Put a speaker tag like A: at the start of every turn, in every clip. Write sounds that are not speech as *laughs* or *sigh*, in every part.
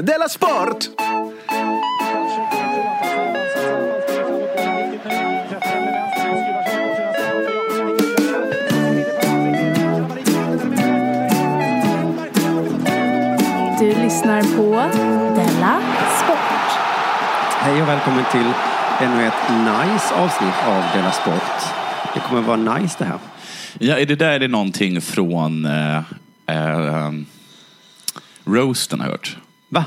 A: Della Sport!
B: Du lyssnar på Della Sport.
C: Hej och välkommen till ännu ett nice avsnitt av Della Sport. Det kommer att vara nice det här.
D: Ja, är det där är det någonting från eh, eh, um, roasten har jag hört?
C: Va?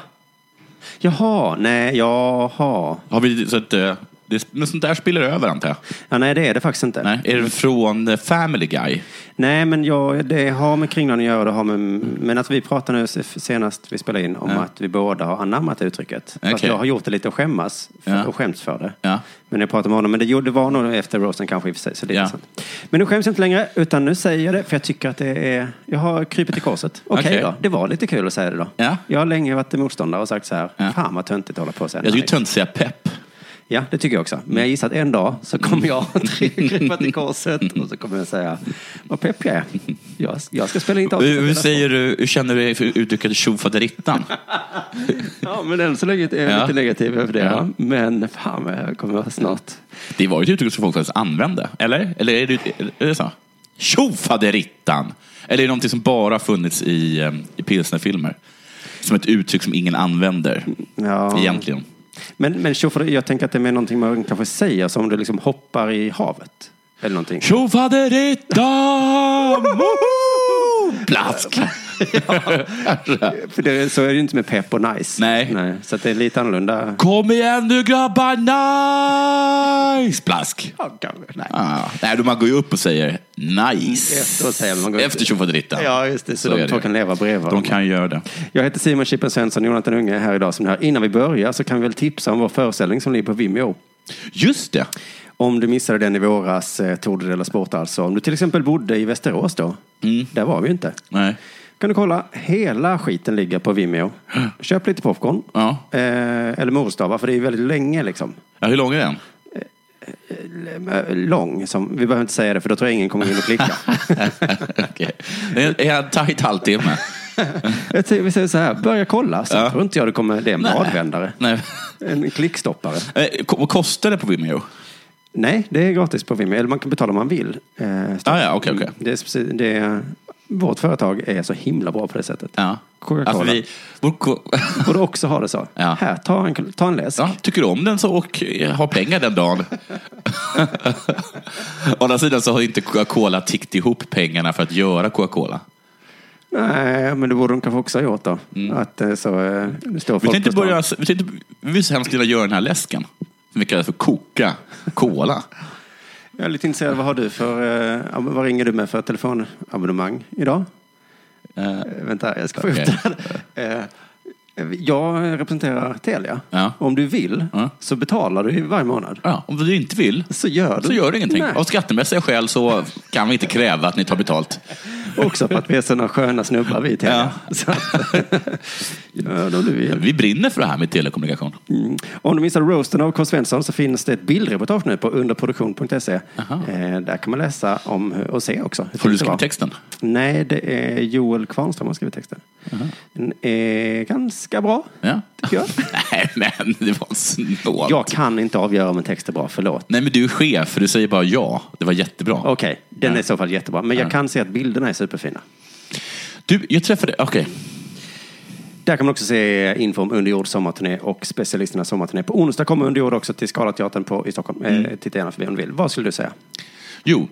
C: Jaha, nej, jaha.
D: Har vi, så att, eh, det, men sånt där spiller över antar jag?
C: Ja, nej, det är det faktiskt inte.
D: Nej, är det från eh, Family Guy?
C: Nej, men jag, det har med Kringlan att göra. Det har med, men alltså, vi pratade nu s- senast vi spelade in om
D: Ja.
C: att vi båda har anammat uttrycket. Fast
D: Okej.
C: jag har gjort det lite och skämmas för,
D: Ja.
C: och skämts för det.
D: Ja.
C: Men jag pratade med honom. Men det, gjorde- det var nog efter roasten kanske i och för sig. Så det är
D: Ja.
C: inte sant. Men nu skäms jag inte längre. Utan nu säger jag det. För jag tycker att det är... Jag har krypit i korset. Okej
D: Okej.
C: då. Det var lite kul att säga det då.
D: Ja.
C: Jag har länge varit motståndare och sagt så här.
D: Ja.
C: Fan vad töntigt att hålla på och säga
D: Jag
C: nej."
D: tycker tönt säga pepp.
C: Ja, det tycker jag också. Men jag gissar att en dag så kommer jag att
D: Mm.
C: krypa till korset och så kommer jag säga vad pepp jag är. Jag, jag ska spela in ett avsnitt
D: Hur,
C: av
D: hur,
C: Della
D: säger du, hur känner du dig för
C: *laughs*
D: uttrycket tjofaderittan?
C: Sport. Ja, men än så länge är jag
D: Ja.
C: lite negativ över det.
D: Ja.
C: va? Men fan vad jag kommer vara snart.
D: Det var ju ett uttryck som folk faktiskt använde, eller? Eller är det, är det så? Tjofaderittan! Eller är det någonting som bara funnits i, eh, i pilsnerfilmer? Som ett uttryck som ingen använder,
C: Ja.
D: egentligen.
C: Men, men tjoffar, jag tänker att det är mer någonting man kanske säger som om du liksom hoppar i havet. Eller någonting. *laughs*
D: Tjofaderittan! Woho! Plask!
C: För det, så är det ju inte med pepp och nice.
D: Nej.
C: så att det är lite annorlunda.
D: Kom igen nu grabbar, nice! Plask!
C: Ja, kanske. Nej.
D: Ah, nej, då man går ju upp och säger nice.
C: Efteråt säger man, man går upp-
D: Efter tjofaderittan.
C: Ja, just det. Så,
D: Så är
C: de
D: det.
C: två kan leva bredvid varandra.
D: De kan ju göra det.
C: Jag heter Simon Chippen Svensson, Jonathan Unge är här idag som det här. Innan vi börjar så kan vi väl tipsa om vår föreställning som ligger på Vimeo.
D: Just det.
C: Om du missade den i våras, eh, Tour de la Sport alltså. Om du till exempel bodde i Västerås då,
D: Mm.
C: där var vi ju inte.
D: Nej.
C: Kan du kolla, hela skiten ligger på Vimeo. Köp lite popcorn,
D: Ja.
C: eh, eller morstavar, för det är ju väldigt länge liksom.
D: Ja, hur lång är den? *laughs*
C: Eh, Lång, som, vi behöver inte säga det för då tror jag ingen kommer in och klicka.
D: *laughs* Okej. Det är- är en
C: *laughs*
D: tajt halvtimme.
C: jag säger, vi säger så här, börja kolla, så
D: Ja.
C: tror inte jag det kommer, det är en
D: Nej.
C: badvändare.
D: Nej.
C: En klickstoppare.
D: Eh, ko- Vad kostar det på Vimeo?
C: Nej, det är gratis på Vimeo. Eller man kan betala om man vill. Eh,
D: Ah, ja, okej, okej.
C: Det är speci- det är, vårt företag är så himla bra på det sättet.
D: Ja.
C: Coca-Cola.
D: Alltså, vi, vår, ko- *laughs*
C: Borde också ha det så.
D: Ja.
C: Här, ta en, ta en läsk.
D: ja, tycker du om den så och eh, har pengar den dagen. *laughs* Å andra sidan så har inte Coca-Cola tickt ihop pengarna för att göra Coca-Cola.
C: Nej, men det borde de kanske också ha gjort då. Att eh, så eh, det står
D: Mm. Vi
C: folk
D: tänkte
C: på stan.
D: börja, vi tänkte, vi vill så hemskt gärna göra den här läsken. Som vi kallar för Coca Cola.
C: Jag är lite intresserad, vad har du för, eh, ab- vad ringer du med för telefonabonnemang idag?
D: *laughs* Eh,
C: Eh, vänta, jag ska få
D: Okej.
C: upp det här. Eh, jag representerar Telia.
D: Ja.
C: Om du vill
D: Ja.
C: så betalar du ju varje månad.
D: ja, om du inte vill
C: Så gör du.
D: så gör det ingenting.
C: Nej.
D: Av skattemässiga skäl så kan vi inte kräva att ni tar betalt.
C: Också för att vi är sådana sköna snubbar vi i Telia. Så att- *laughs* Gör det om du vill.
D: Vi brinner för det här med telekommunikation.
C: Mm. Om du missade roasten av K. Svensson så finns det ett bildreportage nu på underproduktion.se.
D: Aha.
C: Eh, där kan man läsa om hur- och se också. hur det
D: Har du
C: var.
D: skrivit texten?
C: Nej, det är Joel Kvarnström som har skrivit texten. Den är ganska bra,
D: Ja.
C: tycker jag.
D: *laughs* Nej, men det var snålt.
C: Jag kan inte avgöra om en text är bra, förlåt.
D: Nej, men du är chef, för du säger bara ja. Det var jättebra.
C: Okej, den är
D: Ja.
C: i så fall jättebra. Men jag
D: Ja.
C: kan se att bilderna är superfina.
D: Du, jag träffade... Okej.
C: Där kan man också se info om Underjord sommarturné och specialisternas sommarturné. På onsdag kommer Underjord också till Scalateatern på, i Stockholm. Eh,
D: Mm.
C: titta gärna förbi om du vill. Vad skulle du säga?
D: Jo.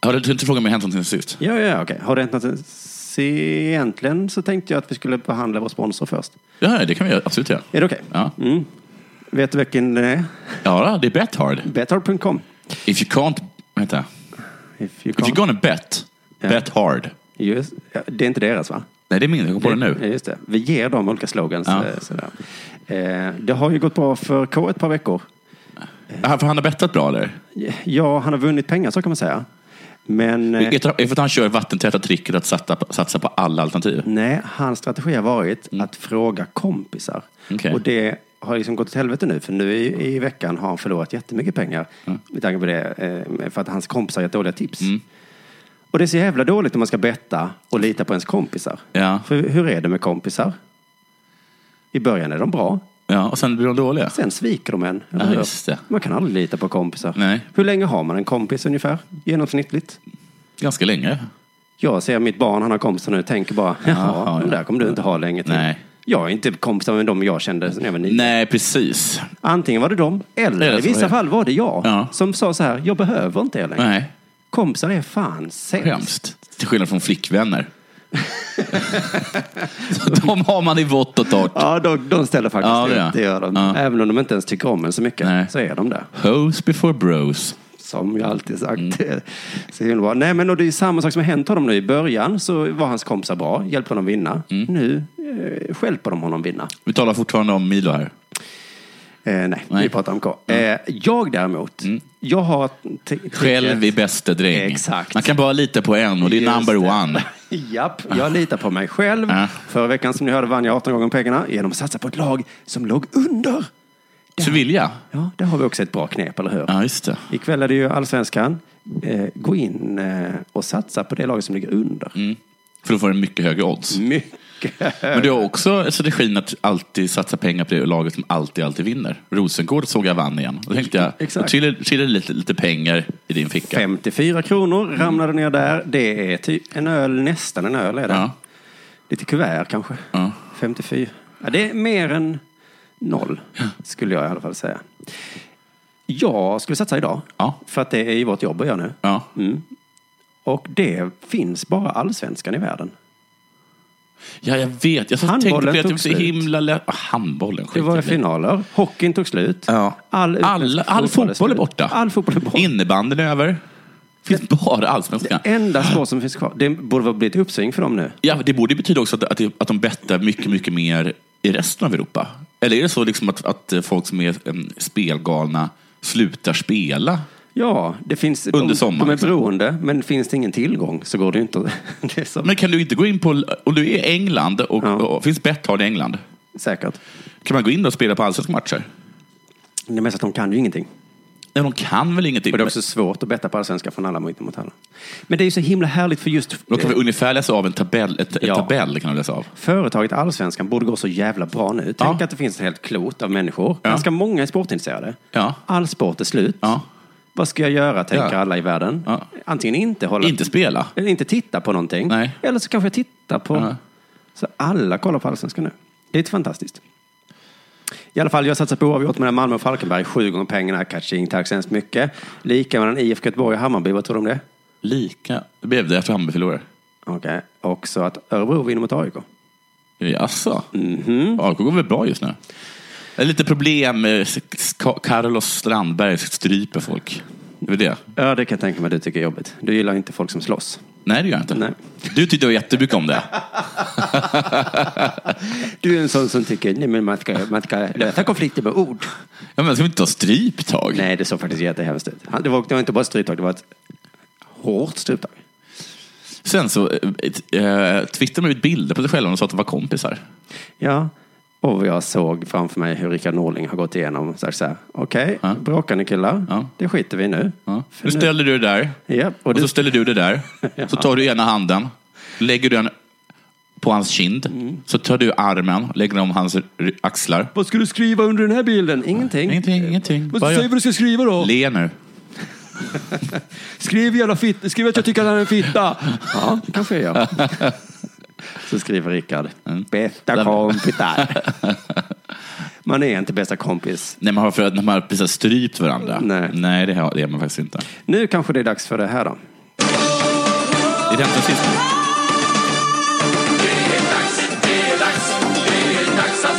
D: Har du inte frågat mig hänt någonting sen sist?
C: Ja, ja, ja, okej. Har det hänt något? Se, Egentligen så tänkte jag att vi skulle behandla vår sponsor först.
D: Ja, det kan vi göra. absolut göra.
C: Är det okej?
D: Ja.
C: Mm. Vet du vilken det är?
D: ja, det är bet hard.
C: Betthard.com.
D: If you can't... Vänta.
C: If you
D: If you're
C: can't-
D: gonna bet,
C: Ja.
D: bet hard.
C: Just, ja, det är inte deras va?
D: Nej, det är min. Jag kom på det
C: Ja,
D: nu.
C: Just det. Vi ger dem olika slogans.
D: Ja.
C: eh, Sådär. Eh, Det har ju gått bra för K ett par veckor.
D: Ja, För han har bettat bra, eller?
C: Ja, han har vunnit pengar så kan man säga. Men... eh,
D: Är det för att han kör vattentäta tricket att satsa på, satsa på alla alternativ?
C: Nej, hans strategi har varit att fråga kompisar.
D: Mm. Okej.
C: Och det har liksom gått åt helvete nu, för nu i, i veckan har han förlorat jättemycket pengar.
D: Mm.
C: Med tanke på det, eh, för att hans kompisar har gett dåliga tips. Och det är så jävla dåligt när man ska betta och lita på ens kompisar.
D: Ja.
C: För hur är det med kompisar? I början är de bra,
D: Ja, och sen blir de dåliga.
C: sen sviker de en. eller
D: Ja,
C: hur?
D: just det.
C: Man kan aldrig lita på kompisar.
D: Nej.
C: Hur länge har man en kompis ungefär, genomsnittligt?
D: Ganska länge.
C: Jag ser mitt barn, han har kompisar nu, tänker bara, jaha,
D: Jaha,
C: de
D: ja.
C: där kommer du inte ha länge till.
D: Nej.
C: Jag är inte kompisar med dem jag kände när jag var nio.
D: Nej, precis.
C: Antingen var det dem, eller
D: Eller
C: i
D: så
C: vissa
D: var det-
C: fall var det jag.
D: Ja.
C: Som sa så här, jag behöver inte er längre.
D: Nej,
C: Kompisar är fan sämst.
D: hemskt. Till skillnad från flickvänner. *laughs* Så de har man i vått och torrt.
C: Ja, de, de ställer faktiskt
D: Ja, det
C: upp.
D: gör.
C: Det gör de.
D: Ja.
C: Även om de inte ens tycker om en så mycket
D: Nej.
C: så är de där.
D: Hoes before bros.
C: Som jag alltid sagt.
D: Mm.
C: *laughs* Så himla bra. Nej, men och det är samma sak som har hänt honom nu. I början så var hans kompisar bra, hjälpte honom vinna.
D: Mm.
C: Nu eh, stjälper de honom vinna.
D: Vi talar fortfarande om Milo här.
C: Eh, nej, vi pratar om K. Eh, jag däremot, jag har... t-
D: Mm. Själv i
C: ticket-
D: bäste dräng.
C: Exakt.
D: Man kan bara lita på en och det är
C: Just
D: number
C: det.
D: one.
C: Japp, jag litar på mig själv.
D: Ja.
C: Förra veckan som ni hörde vann jag 18 gånger pengarna genom att satsa på ett lag som låg under.
D: Sevilla.
C: Ja, där har vi också ett bra knep, eller hur?
D: Ja, just det.
C: Ikväll är det ju Allsvenskan. Eh, gå in eh, och satsa på det laget som ligger under.
D: Mm. För då får den mycket högre odds.
C: Mm. Mycket.
D: Men du har också strategin att alltid satsa pengar på det laget som alltid, alltid vinner. Rosengård såg jag vann igen. Då tänkte jag,
C: Exakt.
D: då trillade, trillade lite, lite pengar i din ficka.
C: 54 kronor ramlade ner där. Det är typ en öl, nästan en öl är det.
D: Ja.
C: Lite kuvert kanske.
D: Ja.
C: 54. Ja, det är mer än noll, skulle jag i alla fall säga. Jag skulle satsa idag,
D: Ja.
C: för att det är ju vårt jobb att göra nu.
D: Ja.
C: Och det finns bara allsvenskan i världen.
D: ja, jag vet. Jag satt och tänkte på
C: Handbollen
D: det. att Det var
C: tog
D: så
C: slut.
D: himla lätt. Ah, handbollen,
C: Det
D: skit
C: var
D: i det.
C: finaler, hockeyn tog slut.
D: Ja.
C: All, utländsk
D: all, all fotboll är
C: slut.
D: borta.
C: All fotboll är borta.
D: Innebandyn är över. finns bara allsvenskan.
C: Enda spår som finns kvar. Det borde väl bli ett uppsving för dem nu.
D: Ja, det borde ju betyda också att, att, det- att de bettar mycket, mycket mer i resten av Europa. Eller är det så liksom att, att folk som är em, spelgalna slutar spela?
C: Ja, det finns...
D: Under sommaren,
C: De, de är
D: liksom.
C: beroende, men finns det ingen tillgång så går det ju inte. *laughs* Det är som,
D: Men kan du inte gå in på, om du är i England och,
C: Ja.
D: och finns Betthard i England,
C: säkert.
D: kan man gå in och spela på allsvenska matcher?
C: Det är mest att de kan ju ingenting.
D: Nej, de kan väl
C: Och
D: ingenting?
C: det är också svårt att betta på allsvenska från alla mot mot alla. Men det är ju så himla härligt för just eh,
D: Då kan vi ungefär läsa av en tabell. Ett,
C: Ja.
D: en tabell kan vi läsa av.
C: företaget Allsvenskan borde gå så jävla bra nu. Tänk
D: Ja.
C: att det finns ett helt klot av människor.
D: Ja.
C: Ganska många är sportintresserade.
D: Ja.
C: All sport är slut.
D: Ja.
C: Vad ska jag göra, tänker
D: Ja.
C: alla i världen.
D: Ja.
C: Antingen inte hålla...
D: Inte spela.
C: Eller inte titta på någonting.
D: Nej.
C: Eller så kanske jag tittar på...
D: Ja.
C: Så alla kollar på Allsvenskan nu. Det är lite fantastiskt. I alla fall, jag satsar på oavgjort mellan Malmö och Falkenberg. Sju gånger pengarna, catching, tack så hemskt mycket. Lika mellan IFK Göteborg och Hammarby, vad tror du om det?
D: Lika. Det blev det efter Hammarby förlorade.
C: Okej. Och så att Örebro vinner mot AIK.
D: Jaså?
C: Mhm.
D: AIK går väl bra just nu? Det är lite problem med Ka- Carlos Strandberg stryper folk. Det är väl det?
C: Ja, det kan jag tänka mig du tycker är jobbigt. Du gillar inte folk som slåss.
D: Nej, det gör jag inte.
C: Nej.
D: Du tyckte jättemycket om det.
C: Du är en sån som tycker nej, men man, ska, man ska lösa konflikter med ord.
D: Ja, men ska vi inte ta stryptag?
C: Nej, det såg faktiskt jättehemskt ut. Han- Det var, det var inte bara ett stryptag, det var ett hårt stryptag.
D: Sen så eh, eh, twittrade de ut bilder på sig själva och sa att de var kompisar.
C: Ja, och jag såg framför mig hur Rickard Norling har gått igenom. Så här, så här, Okej,
D: Ja.
C: bråkar ni killar?
D: Ja.
C: Det skiter vi i nu.
D: Ja.
C: För
D: Nu ställer du det där.
C: Ja, och
D: Och
C: du,
D: så ställer du
C: *laughs*
D: det där.
C: Ja.
D: Så tar du ena handen. Lägger du den på hans kind.
C: Mm.
D: Så tar du armen. Lägger den om hans r- axlar.
C: vad ska du skriva under den här bilden? Ingenting.
D: Ingenting, ingenting.
C: Vad-
D: Bara
C: Säg vad du ska skriva då.
D: Le nu.
C: Skriv jävla fitta. Skriv att jag tycker att han är en fitta. Ja, det kanske jag gör. *laughs* Så skriver Rickard.
D: Mm.
C: Bästa
D: *laughs*
C: kompisar. Man är inte bästa kompis.
D: Nej, man har, för att när man har precis strypt varandra.
C: Nej.
D: Nej, det har- det är man faktiskt inte.
C: Nu kanske det är dags för det här då.
D: Det är den som sist.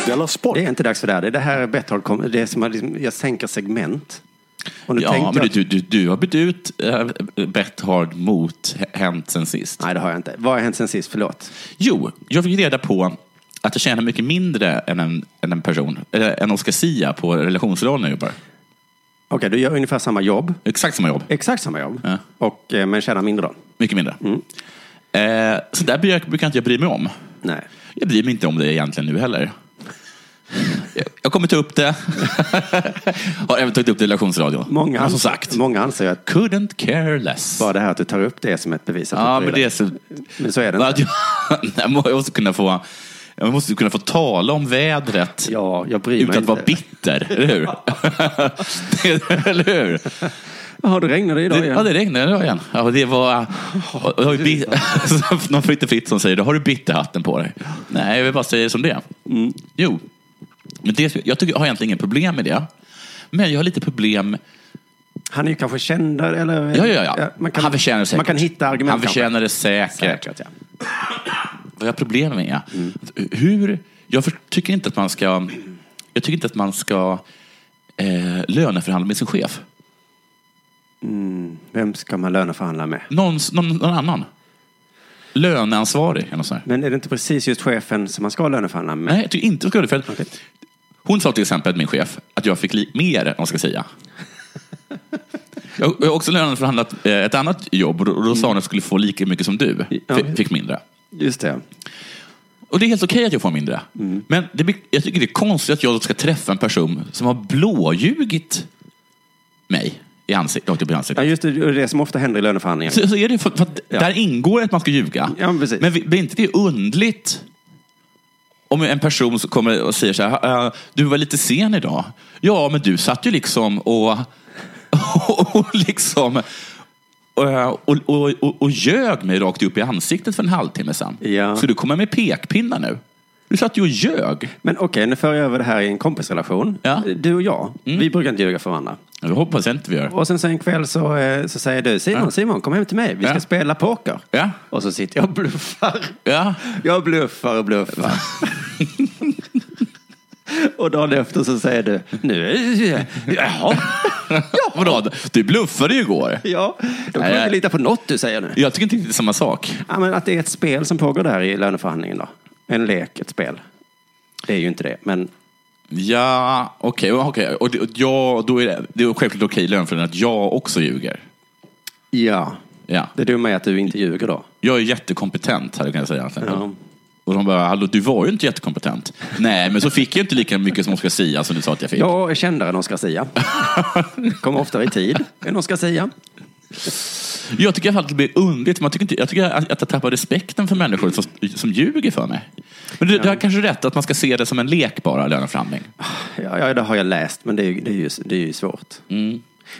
A: Della Sport!
C: Det är inte dags för det här. Det är- Det här är Betthard. kom- Det är som att liksom, jag sänker segment. Och nu
D: Ja,
C: tänkte
D: men typ-
C: jag...
D: du, du, du har bytt ut äh, Betthard mot H- Hänt sen sist.
C: Nej, det har jag inte. Vad har hänt sen sist? Förlåt.
D: Jo, jag fick reda på att jag tjänar mycket mindre än en, än en person, eller en Oscar Sia på relationsrollen jag jobbar.
C: Okej, du gör ungefär samma jobb.
D: Exakt samma jobb,
C: Exakt samma jobb.
D: Ja.
C: Och, eh, men tjänar mindre då.
D: mycket mindre. Eh, så där brukar jag- brukar inte jag bry mig om.
C: Nej.
D: Jag bryr mig inte om det egentligen nu heller. Jag- Jag kommer ta upp det. *laughs* har även tagit upp det i relationsradion.
C: Många,
D: Men som
C: ans-
D: sagt,
C: många anser att
D: couldn't care less.
C: bara det här att du tar upp det som ett bevis. Att du
D: Ja,
C: bryr
D: men
C: dig.
D: det är så... *laughs*
C: men så är det
D: Men
C: inte.
D: att jag, jag måste kunna få Ja, Man måste ju kunna få tala om vädret
C: Ja, jag bryr
D: utan
C: mig
D: att vara
C: inte.
D: bitter, eller hur? *laughs* Det- eller hur?
C: Jaha, det regnade idag
D: Det,
C: igen.
D: ja, det regnade idag igen. Ja, det var... och- och har ju bit, *laughs* någon Fritte Fritzson säger, då har du bitterhatten på dig. Nej, jag vill bara säga det som det är.
C: Mm.
D: Jo, men det, jag, tycker, jag har egentligen inget problem med det. Men jag har lite problem
C: Han är ju kanske kändare eller?
D: Ja, ja, ja.
C: Man kan,
D: han förtjänar det säkert.
C: Man kan hitta argument
D: Han förtjänar det
C: kanske.
D: säkert.
C: säkert. Ja.
D: Vad jag har problem med är hur... Jag för, tycker inte att man ska... Jag tycker inte att man ska eh, löneförhandla med sin chef.
C: Vem ska man löneförhandla med?
D: Någon, någon, någon annan. Löneansvarig eller något sånt. där.
C: Men är det inte precis just chefen som man ska löneförhandla med?
D: Nej, jag tycker inte jag ska göra det. För att, Hon sa till exempel, min chef, att jag fick li- mer än vad man ska säga. Jag jag har också löneförhandlat eh, ett annat jobb och då, och då sa hon att jag skulle få lika mycket som du.
C: Ja.
D: Fi- Fick mindre.
C: Just det.
D: Och det är helt okej att jag får mindre. Men det, blir- jag tycker det är konstigt att jag ska träffa en person som har blåljugit mig i ansiktet. Rakt upp i
C: Ja,
D: ansiktet.
C: just det, det är det som ofta händer i löneförhandlingar.
D: Så, så är det för, för att
C: Ja.
D: där ingår att man ska ljuga.
C: Ja, men precis.
D: men vi- blir inte det undligt om en person som kommer och säger så här, "Ah, du var lite sen idag. Ja, men du satt ju liksom och, *laughs* och, och liksom eh, och, och, och, och ljög mig rakt upp i ansiktet för en halvtimme sedan.
C: Ja.
D: Så du kommer med pekpinnar nu. Du satt ju och ljög.
C: Men okej, nu för jag över det här i en kompisrelation.
D: Ja. Mm.
C: Du och jag, vi brukar inte ljuga för varandra.
D: Det hoppas jag inte vi gör.
C: Och sen, sen en kväll så, eh, så säger du Simon,
D: Ja.
C: Simon kom hem till mig, vi ska
D: Ja.
C: spela poker.
D: Ja.
C: Och så sitter jag och bluffar.
D: Ja. *laughs*
C: Jag bluffar och bluffar. *laughs* och dagen efter så säger du, nu, jaha,
D: ja, vadå? Du bluffade ju igår.
C: *laughs* ja, då kan
D: Nej,
C: du inte
D: jag-
C: lita på något du säger nu.
D: Jag tycker inte riktigt det är samma sak.
C: Ja, men att det är ett spel som pågår där i löneförhandlingen då. En lek, ett spel. Det är ju inte det, men
D: Ja, okej. okej. Och det, och jag, då är det, det är självklart okej i löneförhandlingen att jag också ljuger.
C: ja.
D: Ja.
C: Det dumma är att du inte ljuger då.
D: Jag är jättekompetent, hade jag kunnat säga. egentligen.
C: Ja.
D: Och de bara, hallå, du var ju inte jättekompetent. Nej, men så fick jag inte lika mycket som Oscar Sia som du sa att jag fick.
C: Jag är kändare än Oscar *laughs* Sia. Kommer oftare i tid än Oscar Sia.
D: Jag tycker i alla fall att det blir underligt. men Jag tycker, inte, jag tycker att att jag tappar respekten för människor som, som ljuger för mig. Men du, du har kanske rätt att man ska se det som en lek bara, löneförhandling.
C: Ja, ja, det har jag läst, men det är ju, det är ju, det är ju svårt.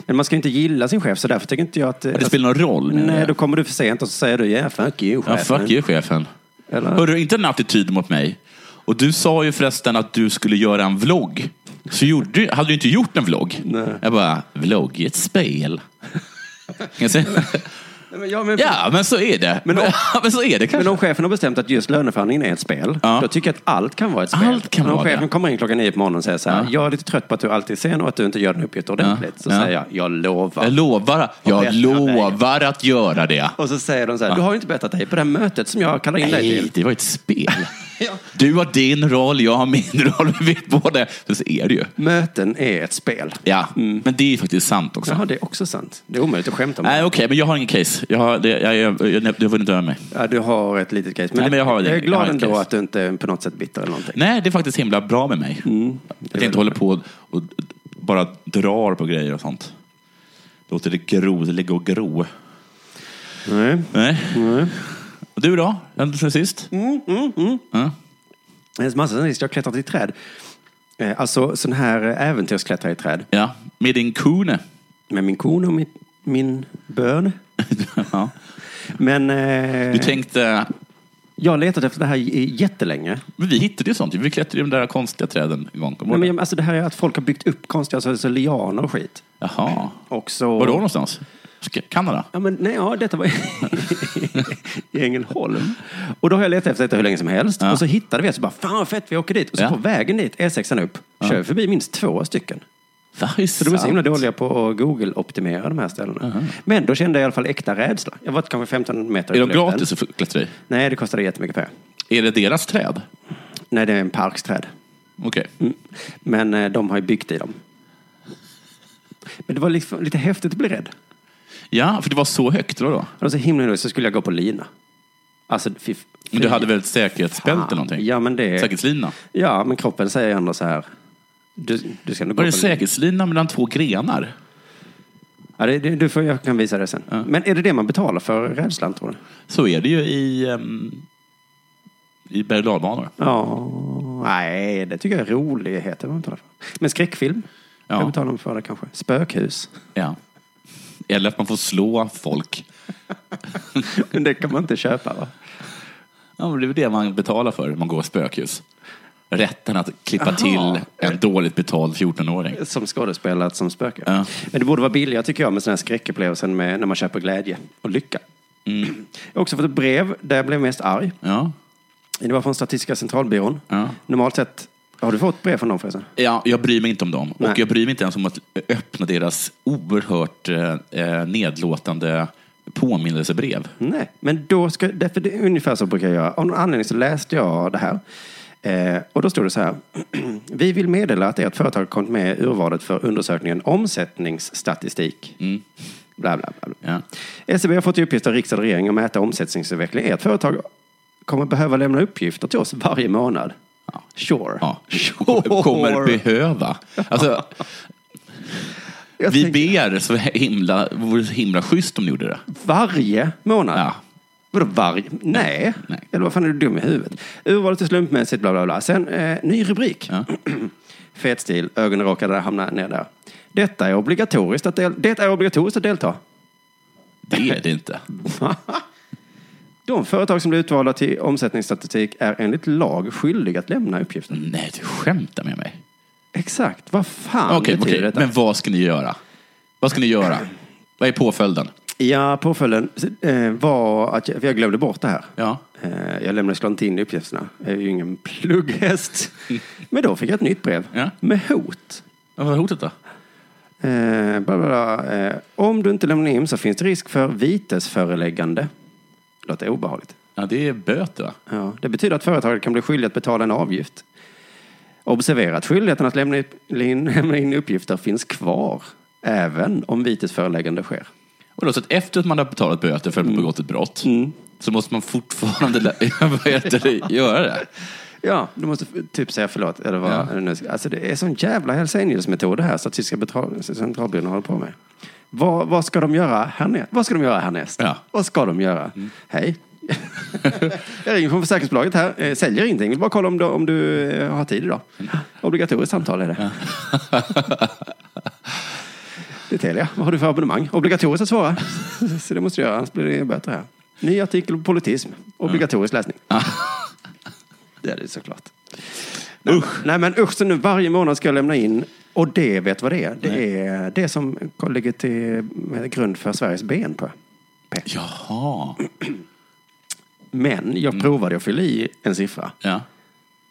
C: Men man ska ju inte gilla sin chef, så därför tycker inte jag att...
D: Det spelar någon roll. menar
C: Nej,
D: jag.
C: då kommer du för sent och så säger du yeah, fuck you,
D: Ja,
C: chefen.
D: fuck you chefen.
C: Eller?
D: Hörru, inte den attityd mot mig. Och du sa ju förresten att du skulle göra en vlogg. Så gjorde, du- hade du inte gjort en vlogg.
C: Nej.
D: Jag bara, vlogg är ett spel. Kan jag säga?
C: *laughs* Nej, men, ja, men,
D: ja, men så är det.
C: Men
D: Men, *laughs*
C: om-
D: men så är det
C: men
D: kanske.
C: om chefen har bestämt att just löneförhandlingen är ett spel,
D: Ja.
C: då tycker jag att allt kan vara ett spel.
D: Allt kan
C: Men om
D: vara det.
C: chefen kommer in klockan nio på morgonen och säger så här,
D: Ja.
C: jag är lite trött på att du alltid är sen och att du inte gör din uppgift ordentligt. Så
D: Ja.
C: säger jag, jag lovar.
D: Jag lovar,
C: bättre
D: jag
C: än
D: lovar att göra det.
C: och så säger de så här, du har ju inte bättat dig på det här mötet som jag kallar in dig
D: Nej,
C: till.
D: det var ett spel.
C: *laughs* Ja.
D: Du har din roll, jag har min *laughs* roll. Vi vet båda. Men så är det ju.
C: Möten är ett spel.
D: Ja, men det är ju faktiskt sant också.
C: Mm. Jaha, det är också sant. Det är omöjligt att skämta om.
D: Nej, okej, men jag har ingen case. Jag har, det, jag, jag, jag, du har vunnit över mig.
C: Ja, du har ett litet case. Men,
D: Nej, men jag har-
C: är
D: jag
C: glad
D: har ett
C: ändå
D: case.
C: att du inte är på något sätt bitter eller någonting.
D: Nej, det är faktiskt himla bra med mig.
C: Mm,
D: att jag inte håller på och, och bara drar på grejer och sånt. Låter det gro, det ligger och gro.
C: Nej. Mm,
D: Nej. Och du då? Sen sen sist? Ja.
C: Det är en massa sen sist. Jag har klättrat i träd. Eh, Alltså sån här eh, äventyrsklättra i träd.
D: Ja, med din kone.
C: Med min kon och min, min bön.
D: *laughs* ja.
C: Men
D: Du
C: eh,
D: tänkte,
C: jag har letat efter det här j- jättelänge.
D: men vi hittade ju sånt. Vi klättrade ju de där konstiga träden en gång. Kommer
C: Nej,
D: du
C: men,
D: ihåg
C: jag- alltså, det här är att folk har byggt upp konstiga alltså, så lianer och skit.
D: det? Jaha.
C: Och så...
D: Var då någonstans? Ska- Kanada?
C: Ja, men, nej, ja, detta var *laughs* i Ängelholm. Och då har jag letat efter detta hur länge som helst.
D: Ja.
C: Och så hittade vi det. Så bara, fan vad fett, vi åker dit. Och så
D: Ja.
C: på vägen dit, E6 upp, kör vi förbi minst två stycken.
D: Va, är
C: Så de är så himla dåliga på att Google-optimera de här ställena. Men då kände jag i alla fall äkta rädsla. Jag var kanske 15 meter
D: Är
C: upp
D: de
C: i luften.
D: gratis att klättra i?
C: Nej, det kostade jättemycket pengar.
D: Är det deras träd?
C: Nej, det är en parksträd.
D: Okej.
C: Men eh, de har ju byggt i dem. Men det var liksom lite häftigt att bli rädd.
D: Ja, för det var så högt. Då, då.
C: Det var så himla roligt, så skulle jag gå på lina. Alltså, fy,
D: Men du hade väl ett säkerhetsbälte eller någonting?
C: Ja, men det...
D: Säkerhetslina?
C: Ja, men kroppen säger ändå så här. Du, du ska nog gå
D: Var det
C: på lina.
D: säkerhetslina mellan två grenar?
C: Ja, det, det, du får, jag kan visa det sen. Men är det det man betalar för rädslan, tror du?
D: Så är det ju i... ehm, i berg och dalbanor.
C: Ja, nej, det tycker jag är roligheter. Man betalar för. Men skräckfilm?
D: Ja.
C: Det betalar man för det kanske. Spökhus? *laughs*
D: Ja. Eller att man får slå folk.
C: det kan man inte köpa va?
D: Ja, men det är väl det man betalar för när man går spökhus. Rätten att klippa
C: Aha.
D: till en dåligt betald 14-åring.
C: Som skådespelat som spöke.
D: Ja.
C: Men det borde vara billigare tycker jag med sådana här skräckupplevelsen med när man köper glädje och lycka.
D: Mm.
C: Jag har också fått ett brev där jag blev mest arg.
D: Ja.
C: Det var från Statistiska centralbyrån.
D: Ja.
C: Normalt sett, har du fått brev från dem förresten?
D: Ja, jag bryr mig inte om dem.
C: Nej.
D: Och jag bryr mig inte ens om att öppna deras oerhört eh, eh, nedlåtande påminnelsebrev.
C: Nej, men då ska, därför det är ungefär så brukar jag göra. Av någon anledning så läste jag det här. Eh, och då stod det så här. *clears throat* Vi vill meddela att ert företag kommit med i urvalet för undersökningen omsättningsstatistik. Bla, bla, bla, bla.
D: Mm. Ja.
C: SCB har fått i uppgift av riksdag och regering att mäta omsättningsutveckling. Ert företag kommer behöva lämna uppgifter till oss varje månad. Sure.
D: Ja. *laughs*
C: *laughs*
D: Kommer behöva. Alltså,
C: Jag
D: vi
C: tänker,
D: ber så himla, vore så himla schysst om ni gjorde det.
C: varje månad?
D: Ja.
C: Vadå varje? Nej.
D: Nej.
C: Eller vad fan är du dum i huvudet? Urvalet är slumpmässigt, bla bla bla. Sen eh, ny rubrik.
D: Ja.
C: *clears throat* Fet stil, ögonen råkade hamna ner där. Detta är obligatoriskt att, del- det är obligatoriskt att delta.
D: Det är det inte.
C: De företag som blir utvalda till omsättningsstatistik är enligt lag skyldiga att lämna uppgifter.
D: Nej, du skämtar med mig.
C: Exakt, vad fan
D: Okej,
C: betyder
D: okej.
C: detta?
D: men vad ska ni göra? Vad ska ni göra? Vad är påföljden?
C: Ja, påföljden eh, var att jag, för jag glömde bort det här.
D: Ja.
C: Eh, jag lämnade såklart inte in uppgifterna. Jag är ju ingen plugghäst. Men då fick jag ett nytt brev
D: Ja.
C: med hot.
D: Vad är hotet då?
C: Eh, bla, bla, bla. Eh, om du inte lämnar in så finns det risk för vitesföreläggande. Låter obehagligt.
D: Ja, det är böter va?
C: Ja, det betyder att företaget kan bli skyldigt att betala en avgift. Observera att skyldigheten att lämna upp- in, lämna in uppgifter finns kvar även om vitesföreläggande sker.
D: Och då, så att efter att man har betalat böter för att man
C: Mm.
D: begått ett brott så måste man fortfarande lä- *laughs* vad heter det, göra det.
C: Ja, du måste f- typ säga förlåt. Eller vad,
D: Ja.
C: det nu ska- alltså det är sån jävla Hells Angels-metod det här Statistiska betal- centralbyrån håller på med. Vad, vad ska de göra härnäst? Vad ska de göra härnäst?
D: Ja.
C: Vad ska de göra? Hej. jag ringer från försäkringsbolaget här. Eh, Säljer ingenting. Vill bara kolla om du, om du eh, har tid idag. Obligatoriskt samtal är det. det är Telia. Vad har du för abonnemang? Obligatoriskt att svara. Så det måste du göra, annars blir det bättre här. Ny artikel på politism. Obligatorisk läsning. Det är det såklart. Nej, usch. Nej men usch, så nu varje månad ska jag lämna in. Och det, vet vad det är? Det är det som ligger till med grund för Sveriges BNP.
D: Jaha.
C: Men jag
D: Mm.
C: provade att fylla i en siffra.
D: Ja.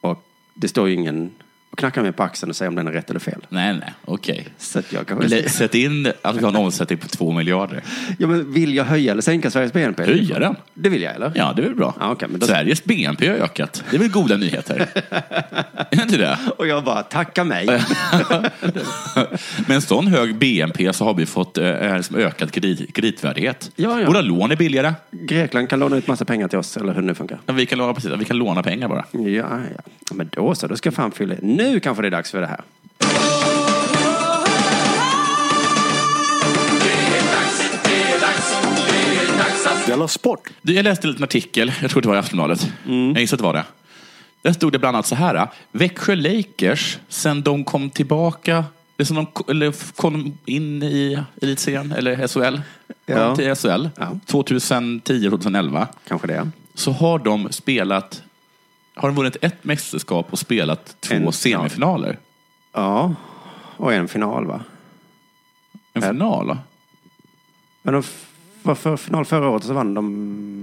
C: Och det står ju ingen och knackar mig på axeln och säger om den är rätt eller fel.
D: Nej, nej, okej.
C: Så att jag
D: Men
C: kanske...
D: lä- Sätt in att vi har en omsättning på två miljarder.
C: Ja, men vill jag höja eller sänka Sveriges BNP?
D: Höja den.
C: Det vill jag, eller?
D: Ja, det är väl bra.
C: Ja, okej, men då-
D: Sveriges BNP har ökat. Det är väl goda nyheter?
C: *laughs*
D: är inte det? *laughs*
C: Och jag bara, tacka mig.
D: Med en sån hög BNP så har vi fått eh, liksom ökad kredit, kreditvärdighet.
C: Ja, ja.
D: Våra lån är billigare.
C: Grekland kan låna ut massa pengar till oss, eller hur det nu funkar.
D: Ja, Vi kan låna, precis, vi kan låna pengar bara.
C: Ja, ja. Ja, Men då så, då ska jag fan fylla i. Nu kanske det är dags för det här.
A: Della Sport!
D: Du, Jag läste en liten artikel, jag tror det var i Aftonbladet.
C: Mm.
D: Jag gissar att det var det. Där stod det bland annat så här. eh, Växjö Lakers, sen de kom tillbaka, det som de ko- eller f- kom in i elitserien, eller SHL,
C: Ja.
D: kom till SHL,
C: Ja.
D: 2010-2011,
C: Kanske det.
D: så har de spelat, har de vunnit ett mästerskap och spelat två
C: En
D: semifinaler.
C: Ja, och en final va?
D: En final? va?
C: Men de f- var för final förra året och så vann de...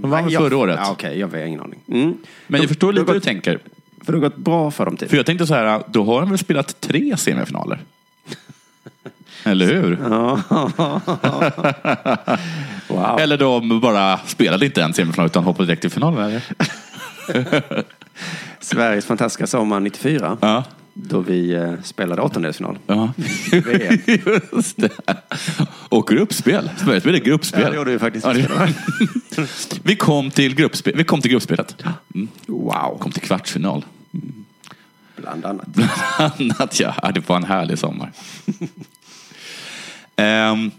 D: De vann
C: Nej,
D: väl förra
C: jag...
D: året?
C: Ja, Okej, jag har ingen aning. Mm.
D: Men jag förstår
C: det
D: lite
C: har
D: hur du
C: gått-
D: tänker.
C: För det har gått bra för dem typ.
D: För jag tänkte så här, då har de väl spelat tre semifinaler? *laughs* Eller hur?
C: Wow.
D: Eller de bara spelade inte en semifinal utan hoppade direkt till finalen. Eller?
C: Sveriges fantastiska sommar 94.
D: Ja.
C: Då vi eh, spelade *laughs* åttondelsfinal.
D: ja.
C: VM.
D: *laughs* Just det. Och gruppspel. Sverige spelade gruppspel.
C: Ja, det gjorde vi faktiskt.
D: gjorde *laughs* vi. vi, kom till gruppspel. vi kom till gruppspelet. Mm.
C: Wow.
D: Kom till kvartsfinal.
C: Bland annat.
D: *laughs* Annat ja. Ja, Det var en härlig sommar. *laughs* Ehm,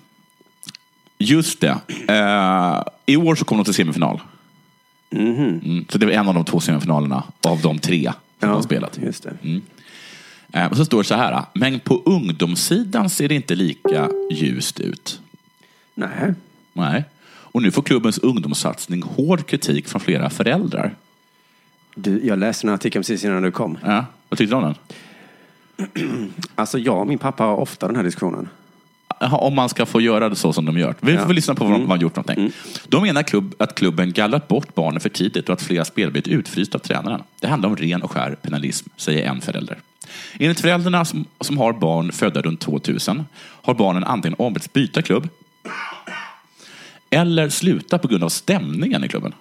D: just det. Eh, I år så kom de till semifinal. Mm, så det var en av de två semifinalerna av de tre som de spelat. Mm.
C: Just det.
D: Eh, Och så står det så här, men på ungdomssidan ser det inte lika ljust ut.
C: Nej.
D: Nej. Och nu får klubbens ungdomssatsning hård kritik från flera föräldrar.
C: Du, jag läste den här artikeln precis innan du kom.
D: Ja, vad tyckte du om den?
C: Alltså jag och min pappa har ofta den här diskussionen.
D: Jaha, om man ska få göra det så som de gör. Vi får väl lyssna på vad de har gjort någonting. De menar klubb, att klubben gallrat bort barnen för tidigt och att flera spel blivit utfrysta av tränaren. Det handlar om ren och skär penalism, säger en förälder. Enligt föräldrarna som, som har barn födda runt 2000 har barnen antingen ombetts byta klubb eller sluta på grund av stämningen i klubben.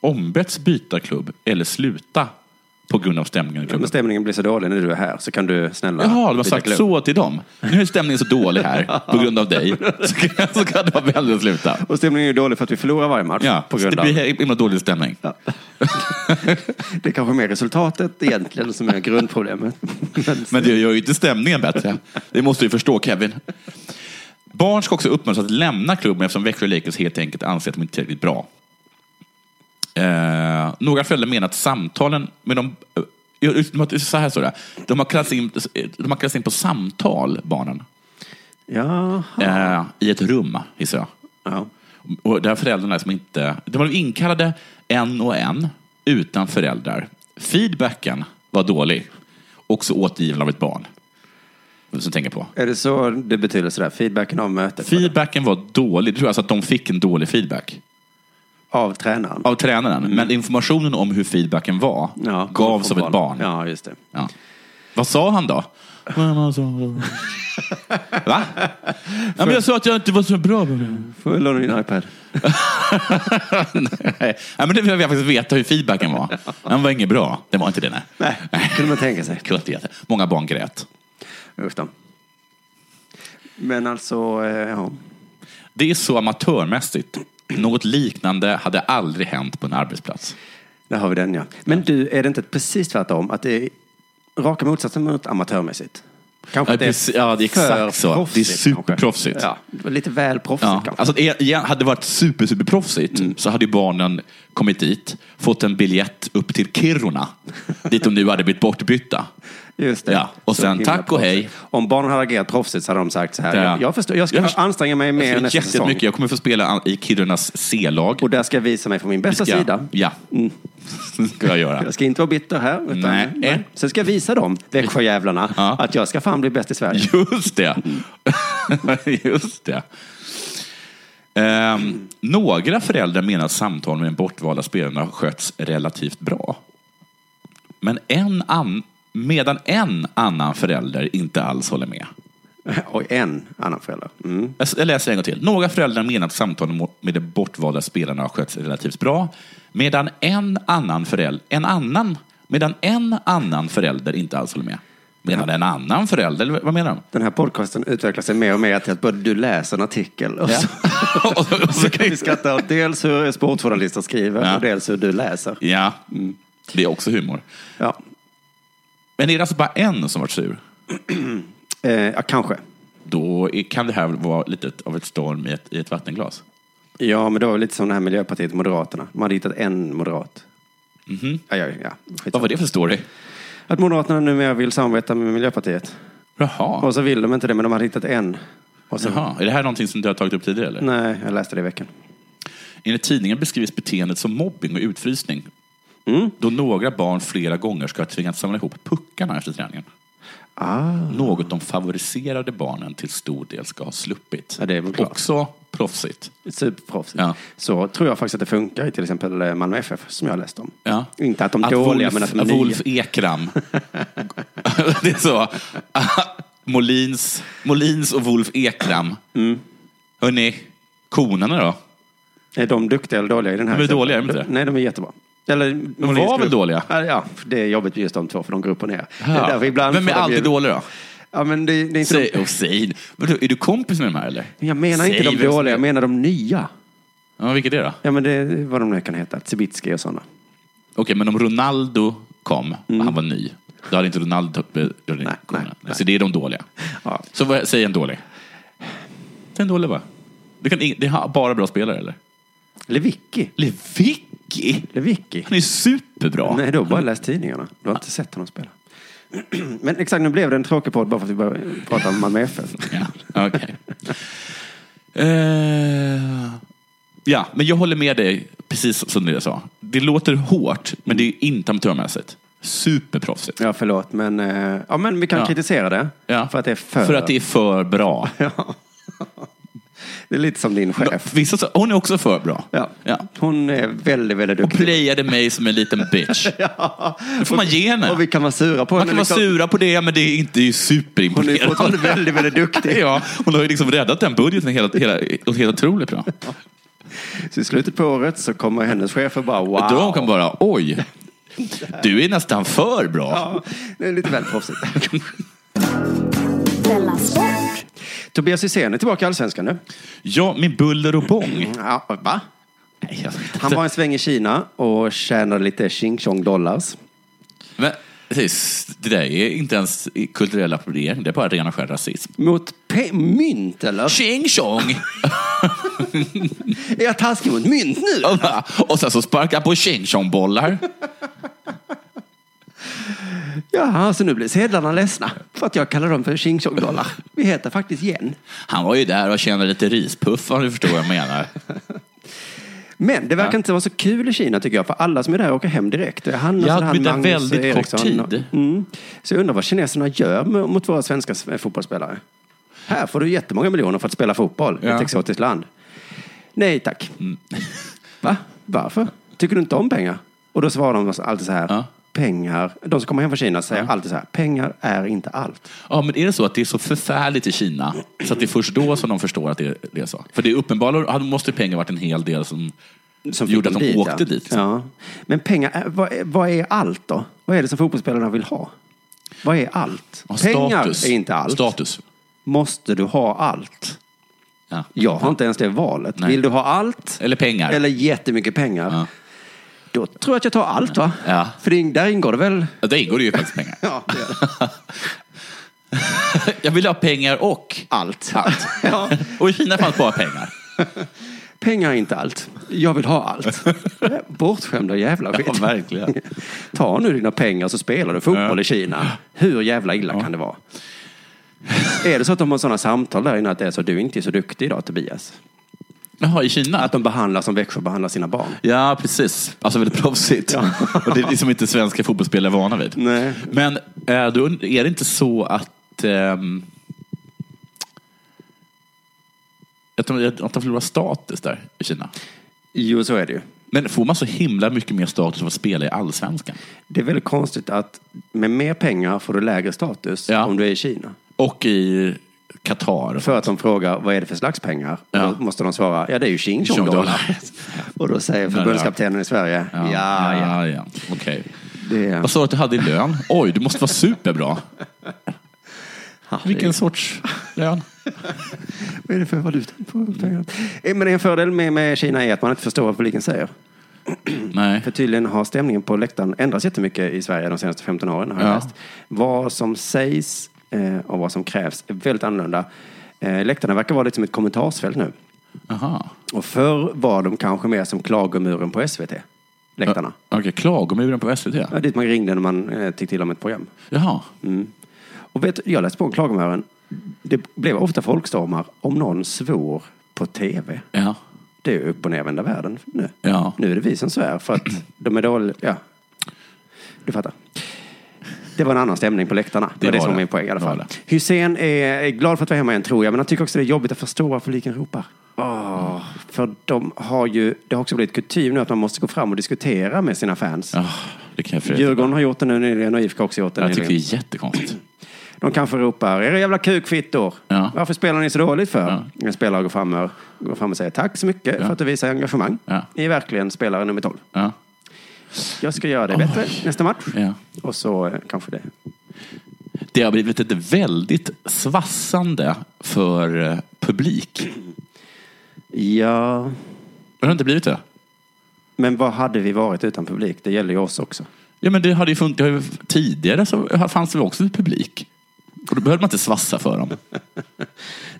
D: Ombetts byta klubb eller sluta på grund av stämningen i
C: Om
D: klubben.
C: stämningen blir så dålig när du är här så kan du snälla...
D: Jaha, de har
C: byta
D: sagt
C: klubb.
D: så till dem. Nu är stämningen så
C: *laughs*
D: dålig här på grund av dig. Så kan, så kan det vara väl att sluta.
C: Och stämningen är ju dålig för att vi förlorar varje match.
D: Ja,
C: på grund
D: det
C: av...
D: blir himla dålig stämning.
C: Det är kanske mer resultatet egentligen som är grundproblemet.
D: Men det gör ju inte stämningen bättre. Det måste du ju förstå Kevin. Barn ska också uppmuntras att lämna klubben eftersom Växjö Lakers helt enkelt anser att de inte är tillräckligt bra. Eh, några föräldrar menar att samtalen med de... eh, jo, de har- Så här står det. De har kallats in, de har kallats in på samtal, barnen.
C: Ja.
D: Eh, I ett rum, gissar jag.
C: ja.
D: Och där föräldrarna som inte... De var inkallade en och en, utan föräldrar. Feedbacken var dålig. Också återgiven av ett barn. Som tänker på.
C: Är det så det betyder sådär? Feedbacken av mötet?
D: Feedbacken var dålig. Det tror jag alltså att de fick en dålig feedback.
C: Av tränaren?
D: Av tränaren. Men informationen om hur feedbacken var
C: Mm. Ja,
D: gavs av
C: från
D: ett barn.
C: Ja, just det.
D: Ja. Vad sa han då? Va? Ja, men jag sa att jag inte var så bra.
C: Får jag låna din iPad?
D: *laughs* Nej, Ja, men det vill jag faktiskt veta hur
C: *laughs*
D: feedbacken var. Den var inget bra. Den var inte det, nej.
C: Nej,
D: *laughs*
C: kunde man tänka sig.
D: Kunde inte veta. Många barn grät.
C: Usch då. Men alltså, eh, ja.
D: Det är så amatörmässigt. Något liknande hade aldrig hänt på en arbetsplats.
C: Där har vi den ja. Men du, är det inte precis tvärtom? Att det är raka motsatsen mot amatörmässigt? Kanske
D: Ja,
C: att
D: precis. Ja, det är
C: för
D: exakt så. Det är
C: proffsigt,
D: superproffsigt.
C: kanske. Ja, det var lite väl proffsigt
D: Ja.
C: kanske.
D: Alltså, det är- hade det varit super, super proffsigt
C: Mm.
D: så hade ju barnen kommit dit, fått en biljett upp till Kiruna, dit de nu hade blivit bortbytta.
C: Just det.
D: Ja, och
C: Så
D: sen
C: himla
D: tack och hej.
C: proffsigt. Om barnen hade agerat proffsigt så hade de sagt så här.
D: Ja.
C: Jag, jag, förstår, jag ska
D: Jag förstår-
C: anstränga mig mer
D: Jag,
C: nästa säsong.
D: mycket. Alltså, jag kommer få spela i Kirunas C-lag.
C: Och där ska jag visa mig från min bästa
D: Ja,
C: sida. Mm.
D: Ja, *laughs* ska jag göra.
C: Jag ska inte vara bitter här. Utan,
D: Nej.
C: Sen ska jag visa dem, Växjöjävlarna,
D: Ja.
C: att jag ska fan bli bäst i Sverige.
D: Just det. *laughs* Just det. Ehm, några föräldrar menar att samtal med den bortvalda spelaren har skötts relativt bra. Men en an- medan en annan förälder inte alls håller med.
C: *laughs* Och en annan förälder. Mm.
D: Jag s- Jag läser en gång till. Några föräldrar menar att samtalen mo- med de bortvalda spelarna har skötts relativt bra. Medan en annan förälder, en annan, medan en annan förälder inte alls håller med. Medan en annan förälder, vad menar de?
C: Den här podcasten utvecklar sig mer och mer till att både du läser en artikel och så,
D: *laughs* Och så- och så
C: så
D: kan
C: kan
D: ju-
C: vi skratta åt dels hur sportjournalister skriver
D: Ja.
C: och dels hur du läser.
D: Ja, mm. det är också humor.
C: Ja,
D: Men är det alltså bara en som varit sur,
C: eh, ja kanske.
D: då är, kan det här vara lite av ett storm i ett, i ett vattenglas.
C: Ja, men det var väl lite som det här Miljöpartiet och Moderaterna. De hade hittat en moderat. Ja, ja, ja.
D: Mhm. Vad
C: skitsamma.
D: var det för story?
C: Att Moderaterna numera vill samarbeta med Miljöpartiet.
D: Jaha,
C: Och så vill de inte det, men de hade hittat en. Och så,
D: Jaha. är det här någonting som du har tagit upp tidigare? Eller?
C: Nej, jag läste det i veckan.
D: Enligt tidningen beskrivs beteendet som mobbing och utfrysning.
C: Mm.
D: Då några barn flera gånger ska ha tvingats samla ihop puckarna efter träningen.
C: Ah.
D: Något de favoriserade barnen till stor del ska ha sluppit.
C: Ja, det är väl klart.
D: också proffsigt.
C: Superproffsigt.
D: Ja.
C: Så tror jag faktiskt att det funkar i till exempel Malmö FF, som jag har läst om.
D: Ja.
C: Inte att de är dåliga,
D: Wolf,
C: men att de är nya.
D: Wolf Ekram. *laughs* det är så. *laughs* Molins, Molins och Wolf Ekram. Mm. Hörni, konarna då?
C: Är de duktiga eller dåliga i den här?
D: De är
C: gruppen?
D: dåliga, är de inte det?
C: Nej, de är jättebra. Eller, de
D: var väl dåliga?
C: Ja, det är jobbigt med just de två, för de går upp och ner. Det är
D: Ja.
C: därför ibland
D: Vem är
C: får de
D: alltid
C: ju-
D: dålig då?
C: Ja, men det, det är inte
D: Säg,
C: de...
D: oh, säg. Vadå, är du kompis med de här eller?
C: Jag menar inte
D: Säg
C: de
D: vem som
C: dåliga,
D: är-
C: jag menar de nya.
D: Ja, vilket är det då?
C: Ja, men det är vad de nu kan heta. Cibicki och sådana.
D: Okej, men om Ronaldo kom och han var ny, då hade inte Ronaldo be- gjort
C: Mm. Nej,
D: konarna.
C: nej,
D: Så det är de dåliga.
C: Ja.
D: Så vad, säg en dålig. Säg en dålig va? Det, kan, ing- det har bara bra spelare eller?
C: Levicki.
D: Levicki! Vicky.
C: Det är Vicky.
D: Han är ju superbra.
C: Nej, du har bara läst tidningarna. Du har inte sett honom spela. *clears throat* Men exakt, nu blev det en tråkig podd bara för att vi började prata om Malmö
D: *laughs*
C: FF.
D: Ja, okej. Eh, ja, men jag håller med dig precis som du sa. Det låter hårt, men det är inte amatörmässigt. Superproffsigt.
C: Ja, förlåt, men, eh, ja, men vi kan
D: Ja.
C: kritisera det.
D: Ja.
C: För att det är för...
D: För att det är
C: *laughs*
D: för bra.
C: Det är lite som din chef.
D: Vissa, sa- hon är också för bra.
C: Ja.
D: Ja.
C: Hon är väldigt, väldigt
D: Och
C: duktig.
D: playade mig som en liten
C: *laughs*
D: bitch. Det får man ge henne.
C: Och vi kan vara sura på
D: Man
C: henne.
D: kan vara
C: liksom.
D: sura på det, men det är inte det är
C: Hon är fortfarande
D: superimponerande.
C: väldigt, väldigt duktig.
D: *laughs* Ja, hon har ju liksom räddat den budgeten helt, hela, helt otroligt bra.
C: Så i slutet på året så kommer hennes chefer bara wow.
D: Då kan bara, oj, du är nästan för bra.
C: Ja, det är lite väl proffsigt.
B: Della Sport.
C: Tobias Hysén är tillbaka i Allsvenskan nu.
D: Ja, med buller och
C: Mm.
D: bång.
C: Ja, va?
D: Nej, jag vet
C: Han
D: inte.
C: var en sväng i Kina och tjänade lite ching chong dollars.
D: Men, precis, det där är inte ens kulturell appropriering, det är bara ren och skär rasism.
C: Mot pe- mynt eller? *laughs*
D: Tjing tjong!
C: Är jag taskig mot mynt nu?
D: Och bara- och sen så sparkar han på tjing tjong-bollar.
C: Jaha, så nu blir sedlarna ledsna för att jag kallar dem för ching chong dollar. Vi heter faktiskt yen.
D: Han var ju där och tjänade lite rispuffar, om du förstår vad jag menar.
C: Men det verkar inte vara så kul i Kina tycker jag, för alla som är där åker hem direkt. Det är Han och
D: Ja,
C: så här
D: men det är
C: Magnus och
D: väldigt kort
C: Eriksson.
D: tid.
C: Mm. Så jag undrar vad kineserna gör med- mot våra svenska s- eh, fotbollsspelare. Här får du jättemånga miljoner för att spela fotboll i
D: Ja. Mm.
C: ett exotiskt land. Nej tack. *laughs* Va? Varför? Tycker du inte om pengar? Och då svarar de alltid så här.
D: Ja.
C: Pengar. De som kommer hem från Kina säger alltid så här. Pengar är inte allt.
D: Ja, men är det så att det är så förfärligt i Kina, så att det är först då som de förstår att det är- det är så? För det är uppenbarligen, ja, då måste ju pengar varit en hel del som,
C: Som fick
D: gjorde att
C: dem
D: de
C: dit,
D: åkte
C: ja.
D: dit. liksom.
C: Ja. Men pengar, är- vad är, vad är allt då? Vad är det som fotbollsspelarna vill ha? Vad är allt?
D: Ja,
C: pengar är inte allt.
D: Status.
C: Måste du ha allt?
D: Ja.
C: Jag har inte ens det valet.
D: Nej.
C: Vill du ha allt?
D: Eller pengar.
C: Eller jättemycket pengar?
D: Ja.
C: Då tror jag att jag tar allt va?
D: Ja.
C: För det, där ingår det väl?
D: Ja, Där ingår det ju faktiskt pengar.
C: Ja, det gör det.
D: Jag vill ha pengar och
C: Allt.
D: allt.
C: *laughs* ja.
D: Och i Kina fanns bara pengar.
C: Pengar är inte allt. Jag vill ha allt.
D: *laughs*
C: Bortskämda jävla skit.
D: Ja, verkligen.
C: *laughs* Ta nu dina pengar så spelar du fotboll
D: Ja.
C: i Kina. Hur jävla illa kan det vara? är det så att de har sådana samtal där inne att det är så du är inte är så duktig idag Tobias?
D: Jaha, i Kina?
C: Att de behandlar som Växjö behandlar sina barn.
D: Ja, precis. Alltså väldigt proffsigt. Och det är liksom inte svenska fotbollsspelare är vana vid.
C: Nej.
D: Men eh, då und- är det inte så att... ehm, Att de, att de förlorar status där i Kina.
C: Jo, så är det ju.
D: Men får man så himla mycket mer status av att spela i Allsvenskan?
C: Det är väldigt konstigt att med mer pengar får du lägre status
D: Ja.
C: om du är i Kina.
D: Och i Qatar.
C: För att de frågar vad är det för slags pengar? Och
D: Ja.
C: Då måste de svara ja det är ju Xing Chong dollar.
D: Dollar.
C: *laughs* Och då säger förbundskaptenen i Sverige ja, ja.
D: ja. ja. Okej.
C: Det är,
D: Vad sa du att du hade i lön? Oj, du måste vara superbra.
C: Vilken
D: Vilken sorts lön?
C: vad är det för valuta? på pengarna? Eh, Men en fördel med, med Kina är att man inte förstår vad publiken säger.
D: Nej.
C: För tydligen har stämningen på läktaren ändrats jättemycket i Sverige de senaste 15 åren. Har jag
D: Ja.
C: läst. Vad som sägs eh, och vad som krävs är väldigt annorlunda. Eh, läktarna verkar vara lite som ett kommentarsfält nu.
D: Aha.
C: Och förr var de kanske mer som klagomuren på SVT. Läktarna.
D: Okej, klagomuren på SVT.
C: Ja. Dit man ringde när man eh, tyckte illa om ett program.
D: Jaha.
C: Och vet, du, jag läste på om klagomuren. Det blev ofta folkstormar om någon svor på tv.
D: Ja.
C: Det är ju upp och nervända världen nu.
D: Ja.
C: Nu är det vi som svär för
D: *clears throat*
C: att de är dåliga. Ja. Du fattar. Det var en annan stämning på läktarna. Det,
D: Det
C: var det
D: var
C: som var
D: det.
C: min poäng i alla
D: Det var
C: fall. Hussein är är glad för att vara hemma igen tror jag. Men han tycker också det är jobbigt att förstå vad publiken ropar.
D: Mm.
C: Åh, för de har ju, det har också blivit kutym nu att man måste gå fram och diskutera med sina fans.
D: Ah, det kan jag förresten.
C: Djurgården har gjort det nu nyligen och IFK har också gjort det
D: Jag tycker
C: nyligen.
D: det är jättekonstigt.
C: De kanske ropar era jävla kukfittor.
D: Ja.
C: Varför spelar ni så dåligt för?
D: Ja.
C: En spelare går fram, och, går fram och säger tack så mycket för att du visar engagemang.
D: Ja.
C: Ni är verkligen spelare nummer 12.
D: Ja.
C: Jag ska göra det bättre nästa match.
D: Ja.
C: Och så eh, kanske det.
D: Det har blivit ett väldigt svassande för eh, publik.
C: Ja,
D: Har det inte blivit det?
C: men vad hade vi varit utan publik? Det gäller ju oss också.
D: Ja, men det hade ju funnits. det har ju- Tidigare så fanns det också publik. Och då behövde man inte svassa för dem.
C: Nej,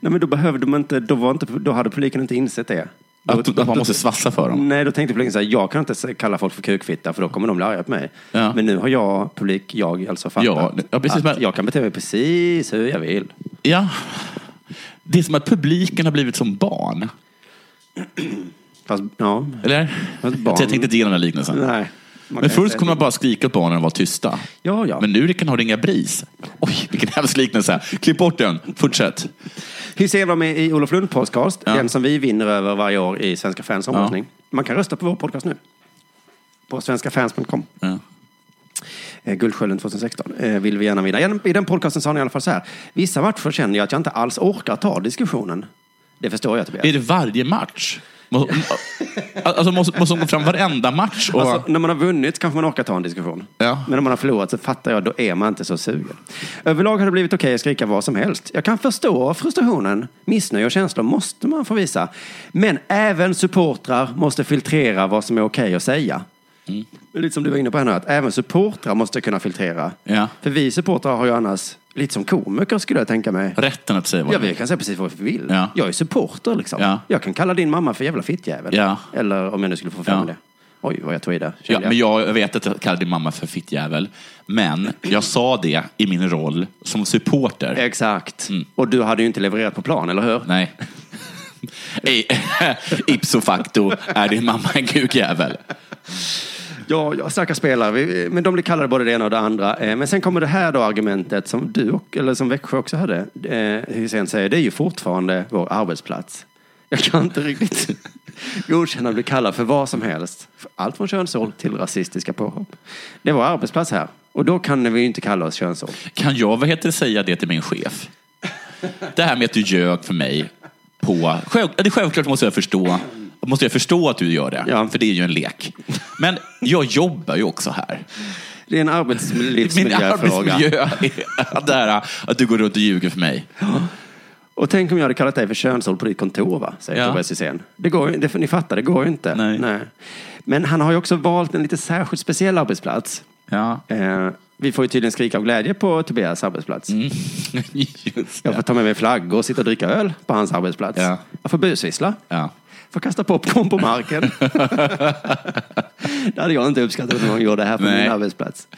C: men då behövde man inte, då, var inte, då hade publiken inte insett det.
D: Att, att man måste svassa för dem.
C: Nej, då tänkte publiken så här, jag kan inte kalla folk för kukfitta för då kommer de bli arga på mig.
D: Ja.
C: Men nu har jag, publik, jag alltså fattat
D: Ja, ja, precis,
C: att
D: men-
C: jag kan bete mig precis hur jag vill.
D: Ja. Det är som att publiken har blivit som barn.
C: Fast, ja,
D: Eller?
C: Ett barn.
D: Jag tänkte inte ge den här liknelsen.
C: nej. Man
D: Men
C: kan
D: först
C: säga-
D: kunde man bara skrika åt barnen och vara tysta.
C: Ja, ja.
D: Men nu kan ha ringa BRIS. Oj, vilken *laughs* hemsk liknelse. Klipp bort den. Fortsätt.
C: Hysén var med i Olof Lund podcast,
D: Ja.
C: den som vi vinner över varje år i Svenska fans omröstning. Man kan rösta på vår podcast nu. På svenskafans.com.
D: Ja.
C: Eh, Guldskölden 2016 eh, vill vi gärna vinna. Genom- I den podcasten sa han i alla fall så här. Vissa matcher känner jag att jag inte alls orkar ta diskussionen. Det förstår jag Tobias.
D: Är det varje match? Må- Alltså, måste, måste de gå fram varenda match? Och...
C: Alltså, när man har vunnit kanske man orkar ta en diskussion.
D: Ja.
C: Men om man har förlorat så fattar jag, då är man inte så sugen. Överlag har det blivit okej att skrika vad som helst. Jag kan förstå frustrationen. Missnöje och känslor måste man få visa. Men även supportrar måste filtrera vad som är okej att säga.
D: Mm.
C: Det är Lite som du var inne på här nu, att även supportrar måste kunna filtrera.
D: Ja.
C: För vi supportrar har ju annars, lite som komiker skulle jag tänka mig,
D: Rätten att säga vad
C: Ja,
D: de-
C: vi kan säga precis vad vi vill.
D: Ja.
C: Jag är supporter liksom.
D: Ja.
C: Jag kan kalla din mamma för jävla fittjävel.
D: Ja.
C: Eller om jag nu skulle få fram
D: Ja.
C: det. Oj, vad jag tweedade.
D: Ja,
C: Kände jag.
D: men jag vet att jag kallade din mamma för fittjävel. Men jag sa det i min roll som supporter.
C: Exakt. Och du hade ju inte levererat på plan, eller hur?
D: Mm. Nej. *laughs* I- *laughs* Ipso facto är din mamma en kukjävel.
C: Ja, ja stackars spelare. Vi, men de blir kallade både det ena och det andra. Eh, Men sen kommer det här då argumentet som du, och, eller som Växjö också hade. Eh, Hysén säger, det är ju fortfarande vår arbetsplats. Jag kan inte riktigt *laughs* godkänna att bli kallad för vad som helst. För Allt från könsord till rasistiska påhopp. Det är vår arbetsplats här. Och då kan vi ju inte kalla oss könsord.
D: Kan jag vad heter, det, säga det till min chef? Det här med att du ljög för mig på... Själv, det är självklart måste jag förstå måste jag förstå att du gör det,
C: Ja.
D: för det är ju en lek. Men jag jobbar ju också här.
C: Det är en
D: Min
C: arbetslivsmiljöfråga.
D: arbetsmiljö är det här att du går runt och ljuger för mig.
C: Och tänk om jag hade kallat dig för könsord på ditt kontor, va? säger
D: Ja.
C: Tobias Hysén. Det går ju, det, ni fattar, det går ju inte.
D: Nej.
C: Men han har ju också valt en lite särskilt speciell arbetsplats.
D: Ja.
C: Eh, vi får ju tydligen skrika av glädje på Tobias arbetsplats.
D: Mm. Just
C: Jag får
D: det.
C: ta med mig flaggor och sitta och dricka öl på hans arbetsplats.
D: Ja.
C: Jag får busvissla.
D: Ja.
C: Får kasta popcorn på
D: *laughs*
C: marken. det hade jag inte uppskattat om någon gjorde här på
D: Nej.
C: min arbetsplats.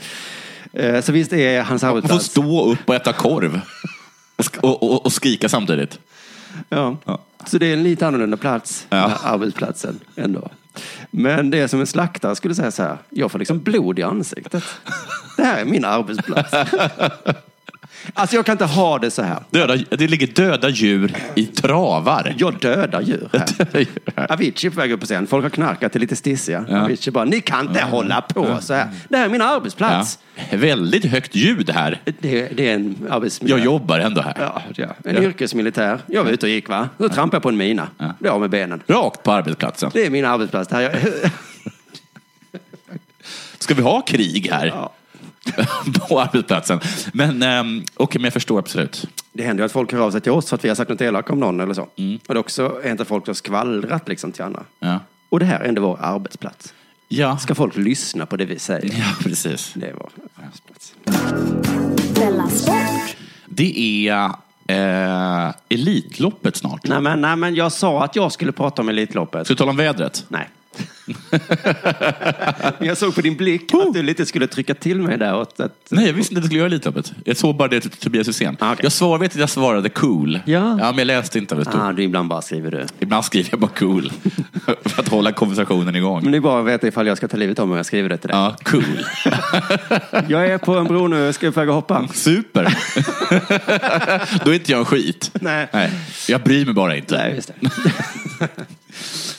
C: Eh, så visst är hans
D: Man får
C: arbetsplats...
D: stå upp och äta korv och, sk- och, och, och skrika samtidigt.
C: Ja.
D: Ja.
C: Så det är en lite annorlunda plats,
D: Ja.
C: den här arbetsplatsen, ändå. Men det är som en slaktare skulle säga så här, jag får liksom blod i ansiktet. Det här är min arbetsplats.
D: *laughs*
C: Alltså jag kan inte ha det så här.
D: Döda, det ligger döda djur i travar.
C: Jag dödar djur
D: *laughs*
C: här.
D: Döda djur här.
C: Avicii är på väg upp på scen. Folk har knarkat, är lite stissiga.
D: Ja.
C: Avicii bara, ni kan inte hålla på så här. Det här är min
D: Ja.
C: arbetsplats.
D: Väldigt högt ljud här.
C: Det, det är en arbetsmiljö.
D: Jag jobbar ändå här.
C: Ja, ja. En
D: Ja.
C: yrkesmilitär. Jag var ute och gick va. Då trampade jag på en mina.
D: Ja.
C: Blev av med benen.
D: Rakt på arbetsplatsen.
C: Det är min arbetsplats. Det här jag...
D: Ska vi ha krig här?
C: Ja.
D: *laughs* på arbetsplatsen. Men ehm, okej, men jag förstår absolut.
C: Det händer ju att folk hör av sig till oss för att vi har sagt något elakt om någon eller så. Och det är också hänt att folk har skvallrat liksom till andra.
D: Ja.
C: Och det här är ändå vår arbetsplats.
D: Ja,
C: Ska folk lyssna på det vi säger?
D: ja precis.
C: Det är vår arbetsplats.
B: Della Sport.
D: Det är eh, Elitloppet snart.
C: Nej men, nej men jag sa att jag skulle prata om Elitloppet.
D: Ska vi tala om vädret?
C: *laughs* Nej. jag såg på din blick att du lite skulle trycka till mig där. Åt att...
D: Nej, jag visste inte att jag skulle göra Elitloppet. Jag såg bara det till Tobias Hysén.
C: Ah, okej.
D: Jag svar, vet att jag svarade cool.
C: Ja.
D: men jag läste inte vad det stod.
C: Ah, du ibland bara skriver du.
D: Ibland skriver jag bara cool. *laughs* för att hålla konversationen igång.
C: Men det är bara att veta ifall jag ska ta livet av mig om jag skriver det till dig.
D: Ja, cool.
C: Jag är på en bro nu, jag ska på väg att hoppa.
D: Super. *laughs* Då är inte jag en skit.
C: Nej.
D: Nej. Jag bryr mig bara inte.
C: Nej, just det.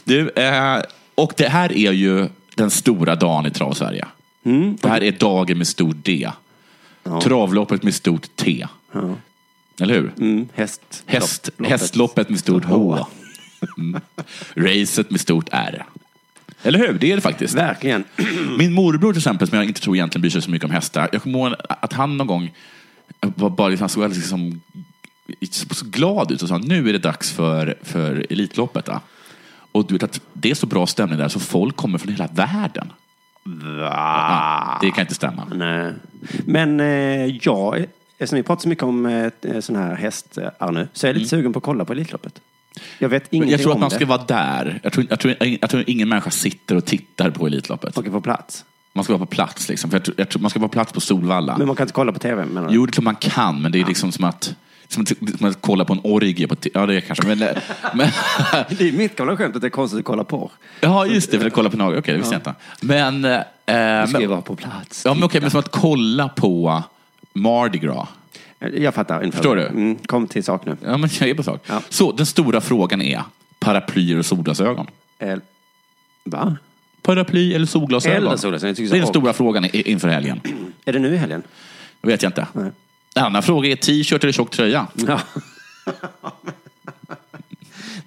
D: Du, eh, och det här är ju den stora dagen i Travsverige.
C: Mm,
D: Det här är dagen med stor D. Travloppet med stort T. Eller hur?
C: Mm, häst.
D: Häst,
C: Loppet.
D: hästloppet med stort H.
C: H.
D: Mm. Racet med stort R. Eller hur? Det är det faktiskt.
C: Verkligen.
D: Min morbror till exempel, som jag inte tror egentligen bryr sig så mycket om hästar. Jag kommer ihåg att han någon gång var bara, han såg liksom så glad ut och sa nu är det dags för, för Elitloppet. Då. Och du vet att det är så bra stämning där så folk kommer från hela världen. Ja,
C: Ah.
D: det kan inte stämma.
C: Nej. Men eh, eh, jag, eftersom vi pratar så mycket om eh, sån här hästar nu, så är jag lite sugen på att kolla på Elitloppet. Jag vet ingenting
D: Mm. Jag tror att
C: om
D: man
C: det.
D: ska vara där. Jag tror, jag, tror, jag tror ingen människa sitter och tittar på Elitloppet.
C: Åka på plats.
D: Man ska vara på plats. Liksom. För jag tror, jag tror, man ska vara på plats på Solvalla.
C: Men man kan inte kolla på tv menar du?
D: Jo, det är klart man kan, men det är liksom som att, som att, som att kolla på en orgie på t- Ja, det är kanske. Men, men,
C: Det är mitt gamla skämt att det är konstigt att kolla på.
D: ja, just det, för att kolla på en orgie. Okej, det visste jag inte. Men, eh,
C: Du ska ju
D: men,
C: vara på plats.
D: ja, men, okej, men som att kolla på Mardi Gras.
C: Eh, Jag fattar. ungefär.
D: Förstår du?
C: Mm, kom till sak nu.
D: Ja, men jag är på sak.
C: Ja.
D: Så, den stora frågan är paraplyer och solglasögon.
C: El... Eh, Va?
D: Paraply eller solglasögon?
C: Eller solglasögon, jag tycker så.
D: det är den
C: Och-
D: stora frågan i- inför helgen.
C: Är det nu i helgen?
D: Det vet jag inte.
C: Nej.
D: En annan fråga är t-shirt eller tjock tröja.
C: Ja.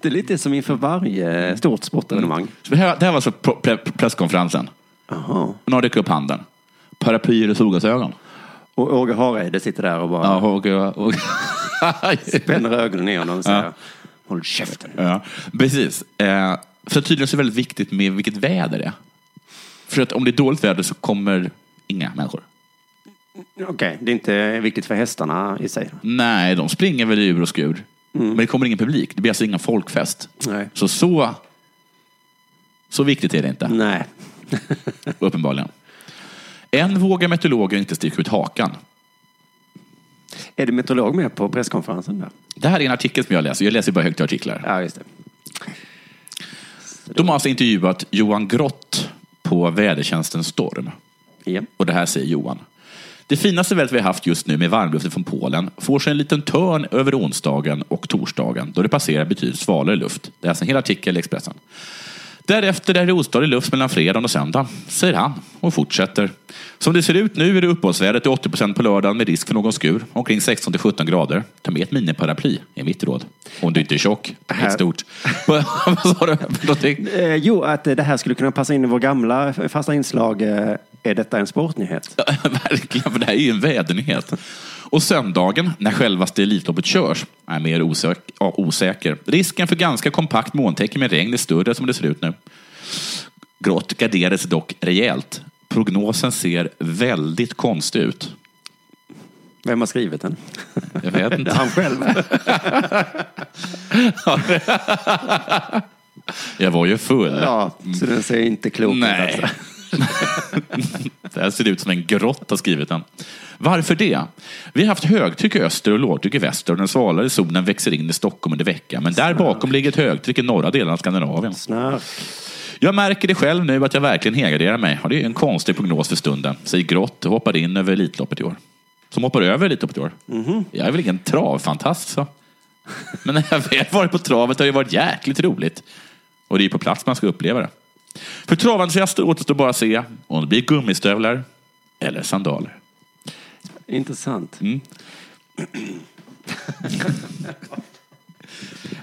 C: Det är lite som inför varje stort sportevenemang.
D: Så Det här, det här var så pro- pre- presskonferensen.
C: Jaha.
D: Några räcker upp handen. Paraplyer och solglasögon.
C: Och Åge Hareide sitter där och bara
D: Ja, och, och,
C: spänner ögonen i honom och säger Håll käften.
D: ja, precis. Eh, för tydligen så är det väldigt viktigt med vilket väder det är. För att om det är dåligt väder så kommer inga människor.
C: Okej, det är inte viktigt för hästarna i sig.
D: Nej, de springer väl i ur och skur. Men det kommer ingen publik. Det blir alltså ingen folkfest.
C: Mm. Nej.
D: Så så, så viktigt är det inte,
C: Nej.
D: uppenbarligen. Än vågar meteorologer inte sticka ut hakan.
C: Är det meteorolog med på presskonferensen där?
D: Det här är en artikel som jag läser. Jag läser bara högt ur artiklar.
C: Ja, just det.
D: De har alltså intervjuat Johan Grott på vädertjänsten Storm.
C: Ja.
D: Och det här säger Johan. Det finaste vädret vi har haft just nu med varmluften från Polen får sig en liten törn över onsdagen och torsdagen då det passerar betydligt svalare luft. Det är alltså en hel artikel i Expressen. Därefter är det ostadig luft mellan fredagen och söndagen, säger han och fortsätter. Som det ser ut nu är det uppehållsväder till 80 på lördagen med risk för någon skur, omkring 16-17 grader. Ta med ett miniparaply, är mitt råd. Om du inte är tjock, det är stort. *laughs* Vad sa du? för någonting?
C: Eh, jo, att eh, det här skulle kunna passa in i vår gamla f- fasta inslag. Eh, är detta en sportnyhet?
D: Ja, *laughs* Verkligen, för det här är ju en vädernyhet. Och söndagen, när självaste Elitloppet körs, är mer osäk ja, osäker. Risken för ganska kompakt molntäcke med regn är större som det ser ut nu. Grått garderades dock rejält. Prognosen ser väldigt konstig ut.
C: Vem har skrivit den?
D: Jag
C: *laughs*
D: vet
C: Det är
D: inte.
C: han själv.
D: Jag var ju full.
C: *laughs* ja, så den ser inte klok ut.
D: Nej.
C: Alltså.
D: *laughs* det här ser ut som en grott har skrivit den. Varför det? Vi har haft högtryck i öster och lågtryck i väster och den svalare zonen växer in i Stockholm under veckan. Men där bakom ligger ett högtryck i norra delen av Skandinavien.
C: Snark.
D: Jag märker det själv nu att jag verkligen helgarderar mig. Och det är en konstig prognos för stunden. Säger Grott och hoppar in över Elitloppet i år. Som hoppar över Elitloppet i år.
C: Mhm.
D: Jag är väl ingen travfantast så. Men när jag väl varit på travet har det varit jäkligt roligt. Och det är ju på plats man ska uppleva det. För traventusiaster återstår bara att se om det blir gummistövlar eller sandaler.
C: Intressant.
D: Mm.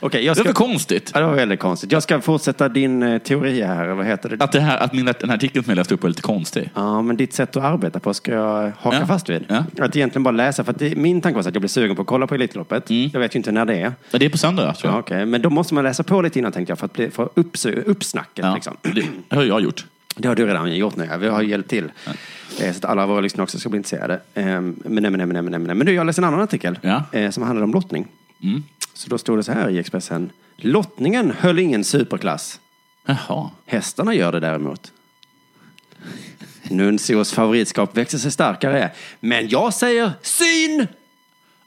C: Okej, jag
D: Det
C: ska...
D: är väl konstigt?
C: Ja, det var väldigt konstigt. Jag ska fortsätta din eh, teori här. eller Vad heter det?
D: Att, det här, att min, den här artikeln som jag läste upp var lite konstig.
C: Ja, men ditt sätt att arbeta på ska jag haka
D: Ja.
C: fast vid.
D: Ja.
C: Att egentligen bara läsa. För att det, min tanke var så att jag blev sugen på att kolla på Elitloppet.
D: Mm.
C: Jag vet ju inte när det är.
D: Men det är på söndag tror
C: Ja,
D: jag.
C: okej. Men då måste man läsa på lite innan tänkte jag för att bli, för upps, uppsnacket.
D: Ja.
C: Liksom. *clears throat*
D: Det har jag gjort.
C: Det har du redan gjort nu. ja. Vi har hjälpt till. Eh, Så att alla våra lyssnare också ska bli intresserade. Eh, Men, nej, men, nej, men, nej, men, nej, men. men du, jag läste en annan artikel
D: Ja. Mm.
C: eh, som handlade om lottning. Så då stod det så här i Expressen. Lottningen höll ingen superklass.
D: Jaha.
C: Hästarna gör det däremot. Nuncios favoritskap växer sig starkare. Men jag säger syn!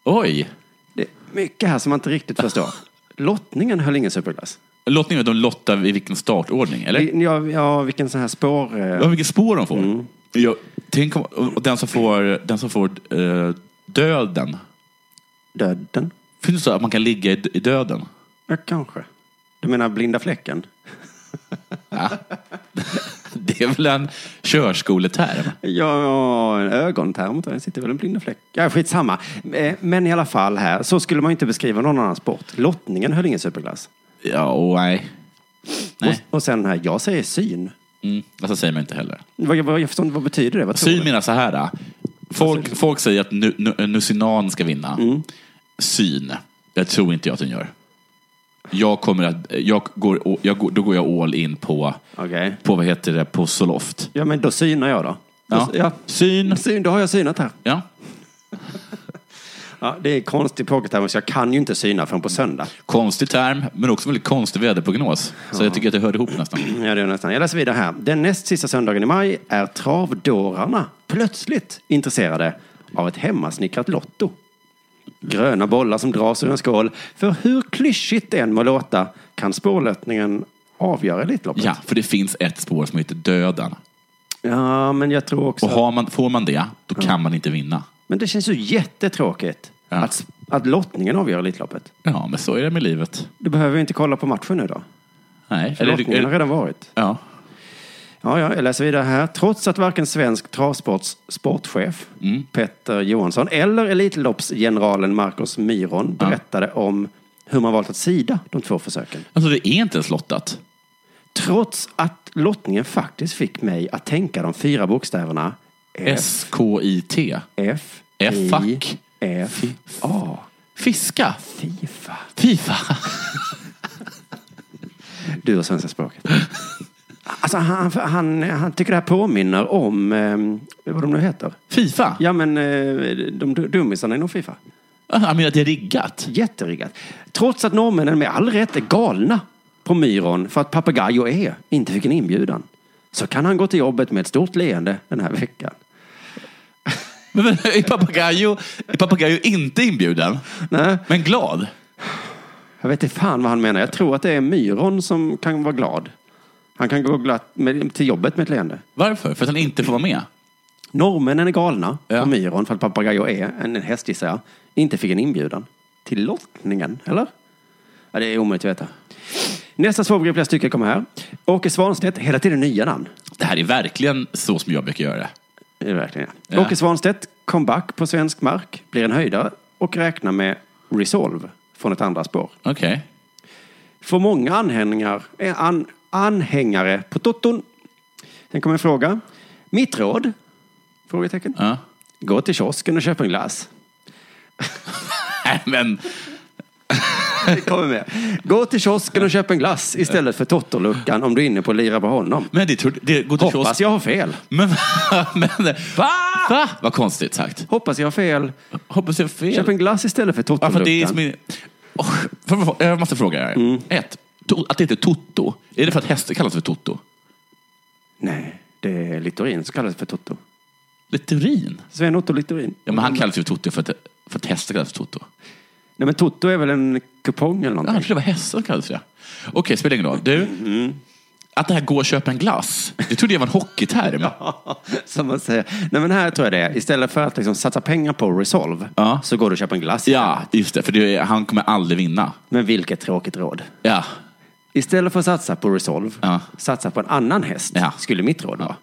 D: Oj!
C: Det är mycket här som man inte riktigt förstår. Lottningen höll ingen superklass.
D: Lottning, de lottar i vilken startordning, eller?
C: Vi- Ja, ja vilken sån här spår... eh,
D: Ja, vilket spår de får. Jag, tänk om och den som får, den som får eh, döden.
C: Döden?
D: Finns det så att man kan ligga i, i döden? *laughs*
C: Ja, kanske. Du menar blinda fläcken?
D: Det är väl en körskoleterm?
C: Ja, en ögonterm. tror jag. Det sitter väl en blinda fläck? Ja, skitsamma. Eh, Men i alla fall här, så skulle man ju inte beskriva någon annan sport. Lottningen höll ingen superklass.
D: Ja, och nej. Nej,
C: Och, och sen här, jag säger syn.
D: mm, alltså säger man inte heller.
C: Vad, vad, jag förstår inte, vad betyder det? Vad tror
D: Syn
C: du?
D: menar så här. äh, Folk, folk säger att nu, nu, Nusinan ska vinna. Syn. Det tror inte jag att den gör. Jag kommer att, jag går, jag går, då går jag all in på,
C: Okej.
D: på vad heter det, på Zoloft.
C: Ja, men då synar jag då.
D: Ja.
C: Då- ja.
D: Syn.
C: Syn, då har jag synat här.
D: Ja.
C: Ja, det är konstig pocket så jag kan ju inte syna förrän på söndag.
D: Konstig term, men också väldigt konstig väderprognos. Så jag tycker att det hörde ihop nästan.
C: Mm, Ja, det är nästan. Jag läser vidare här. Den näst sista söndagen i maj är travdårarna plötsligt intresserade av ett hemmasnickrat lotto. Gröna bollar som dras ur en skål. För hur klyschigt det än må låta kan spårlöpningen avgöra Elitloppet.
D: Ja, för det finns ett spår som heter döden.
C: Ja, men jag tror också...
D: Och har man, får man det, då kan man inte vinna.
C: Men det känns ju jättetråkigt
D: Ja.
C: att, att lottningen avgör Elitloppet.
D: Ja, men så är det med livet.
C: Du behöver ju inte kolla på matchen nu då.
D: Nej.
C: För lottningen har redan varit.
D: ja.
C: Ja, ja, jag läser vidare här. Trots att varken svensk travsports sportchef
D: Mm.
C: Petter Johansson eller Elitloppsgeneralen Marcus Myron berättade om hur man valt att sida de två försöken.
D: Alltså, det är inte ens lottat.
C: Trots att lottningen faktiskt fick mig att tänka de fyra bokstäverna F,
D: S-K-I-T.
C: F,
D: F,
C: I,
D: fuck.
C: F, A,
D: Fiska.
C: Fifa.
D: Fifa.
C: Du och svenska
D: *laughs*
C: språket. Alltså han, han, han tycker det här påminner om, eh, vad de nu heter.
D: Fifa?
C: Ja men eh, de dummisarna inom Fifa.
D: Jag menar, det är riggat.
C: Jätteriggat. Trots att norrmännen med all rätt är galna på Myron för att Papagayo E inte fick en inbjudan. Så kan han gå till jobbet med ett stort leende den här veckan.
D: Men, men är Papagayo, är Papagayo inte inbjuden?
C: Nej.
D: Men glad?
C: Jag vet inte fan vad han menar. Jag tror att det är Myron som kan vara glad. Han kan gå glatt med, till jobbet med ett leende.
D: Varför? För att han inte får vara med?
C: Norrmännen är galna
D: Ja.
C: på Myron för att Papagayo E, en häst gissar jag, inte fick en inbjudan. Till lottningen, eller? Ja, det är omöjligt att veta. Nästa svårbegripliga stycke kommer här. Åke Svanstedt, hela tiden nya namn.
D: Det här är verkligen så som jag brukar göra det.
C: Det är det verkligen. Ja.
D: Ja.
C: Åke Svanstedt, comeback på svensk mark, blir en höjdare och räknar med Resolve från ett andra spår.
D: Okej.
C: För många anhängare, eh, an, anhängare på Toton. Sen kommer en fråga. Mitt råd? Frågetecken.
D: Ja.
C: Gå till kiosken och köp en glass.
D: Nej, men
C: Det kommer med. Gå till kiosken och köp en glass istället för Totto-luckan om du är inne på att lira på honom.
D: men det, tror- det går till
C: Hoppas jag har fel.
D: Men, *laughs* men, va? va? Vad konstigt sagt.
C: Hoppas jag har fel.
D: Hoppas jag har fel.
C: Köp en glass istället för
D: Ja, för att det
C: Totto-luckan.
D: är som i- Åh, för- för- jag måste fråga er. Ett, to- att det heter Toto. Är det för att hästar kallas för Toto?
C: Nej, det är Littorin som kallas för Totto.
D: Littorin?
C: Sven-Otto Littorin.
D: Ja, men han kallas ju för Toto för att, för att hästar kallas för Toto.
C: Nej, men Toto är väl en kupong eller
D: Ja, Jag
C: någonting?
D: trodde det var hästar som kallades för det. Okej, spelar ingen roll. Du, Mm. att det här går och köpa en glass, det trodde jag var en hockeyterm.
C: Som man säger. Nej, men här tror jag det är. Istället för att liksom satsa pengar på Resolve
D: Ja.
C: så går du och köper en glass.
D: Ja, just det. För det, är- han kommer aldrig vinna.
C: Men vilket tråkigt råd.
D: Ja.
C: Istället för att satsa på Resolve,
D: Ja.
C: satsa på en annan häst,
D: Ja.
C: skulle mitt råd vara.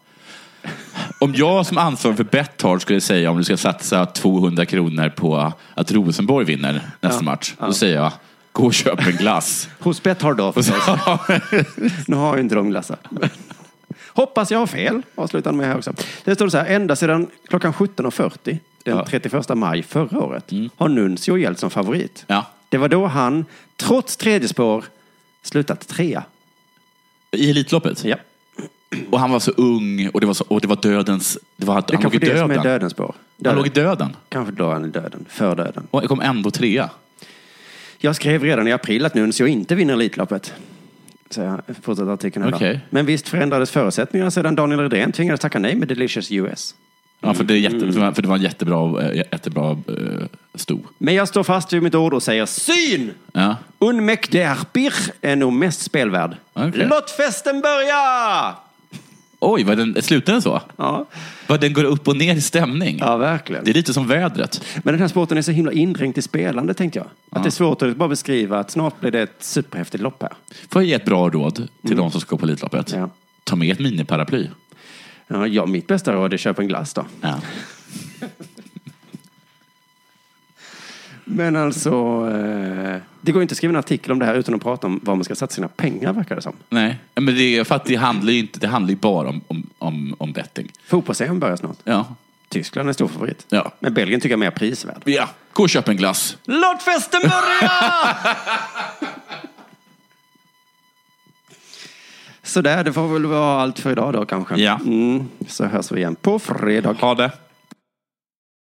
D: Om jag som ansvarig för Betthard skulle säga om du ska satsa 200 kronor på att Rosenborg vinner nästa match, då säger jag gå och köp
C: *laughs*
D: en glass.
C: Hos Betthard då *laughs* förstås. nu har ju inte de glassar. Hoppas jag har fel, avslutar han med här också. Det står så här, ända sedan klockan 17.40 den
D: Ja.
C: 31 maj förra året har Nuncio gällt som favorit.
D: *laughs* Ja.
C: Det var då han, trots tredje spår, slutat trea.
D: I Elitloppet?
C: Ja.
D: Och han var så ung och det var, så, och det var dödens... Det var,
C: Det
D: han låg
C: kanske
D: i
C: är det som
D: döden.
C: är dödens spår.
D: Han
C: Döden.
D: låg i döden.
C: Kanske då han är döden, för döden.
D: Och kom ändå trea.
C: Jag skrev redan i april att Nuncio inte vinner Elitloppet. Så jag fortsätter artikeln här då.
D: Okej.
C: Men visst förändrades förutsättningarna sedan Daniel Redén tvingades tacka nej med Delicious US.
D: Ja, för, det är
C: Mm.
D: jätte, för det var en jättebra, eh, jättebra eh, sto.
C: Men jag står fast vid mitt ord och säger syn!
D: Ja.
C: Un Mäkterpir är nog mest spelvärd.
D: Okej.
C: Låt festen börja!
D: Oj, var den, slutade den så?
C: Ja,
D: Vad den går upp och ner i stämning.
C: ja verkligen.
D: Det är lite som vädret.
C: Men den här sporten är så himla indränkt i spelande tänkte jag. Att det är svårt att bara beskriva att snart blir det ett superhäftigt lopp här.
D: Får jag ge ett bra råd till de som ska på Elitloppet?
C: Mm. Ja.
D: Ta med ett miniparaply.
C: Ja, ja, mitt bästa råd är köp en glass då.
D: Ja.
C: Men alltså, eh, det går ju inte att skriva en artikel om det här utan att prata om var man ska satsa sina pengar verkar det som.
D: Nej, men det, är för att det handlar ju inte, det handlar ju bara om, om, om, om betting.
C: fotbolls börjar snart.
D: Ja.
C: Tyskland är stor favorit.
D: Ja.
C: Men Belgien tycker jag är mer prisvärd.
D: ja, gå och köp en glass.
C: Låt festen börja! *laughs* Sådär, det får väl vara allt för idag då kanske.
D: Ja.
C: Mm, så hörs vi igen på fredag.
D: Ha det.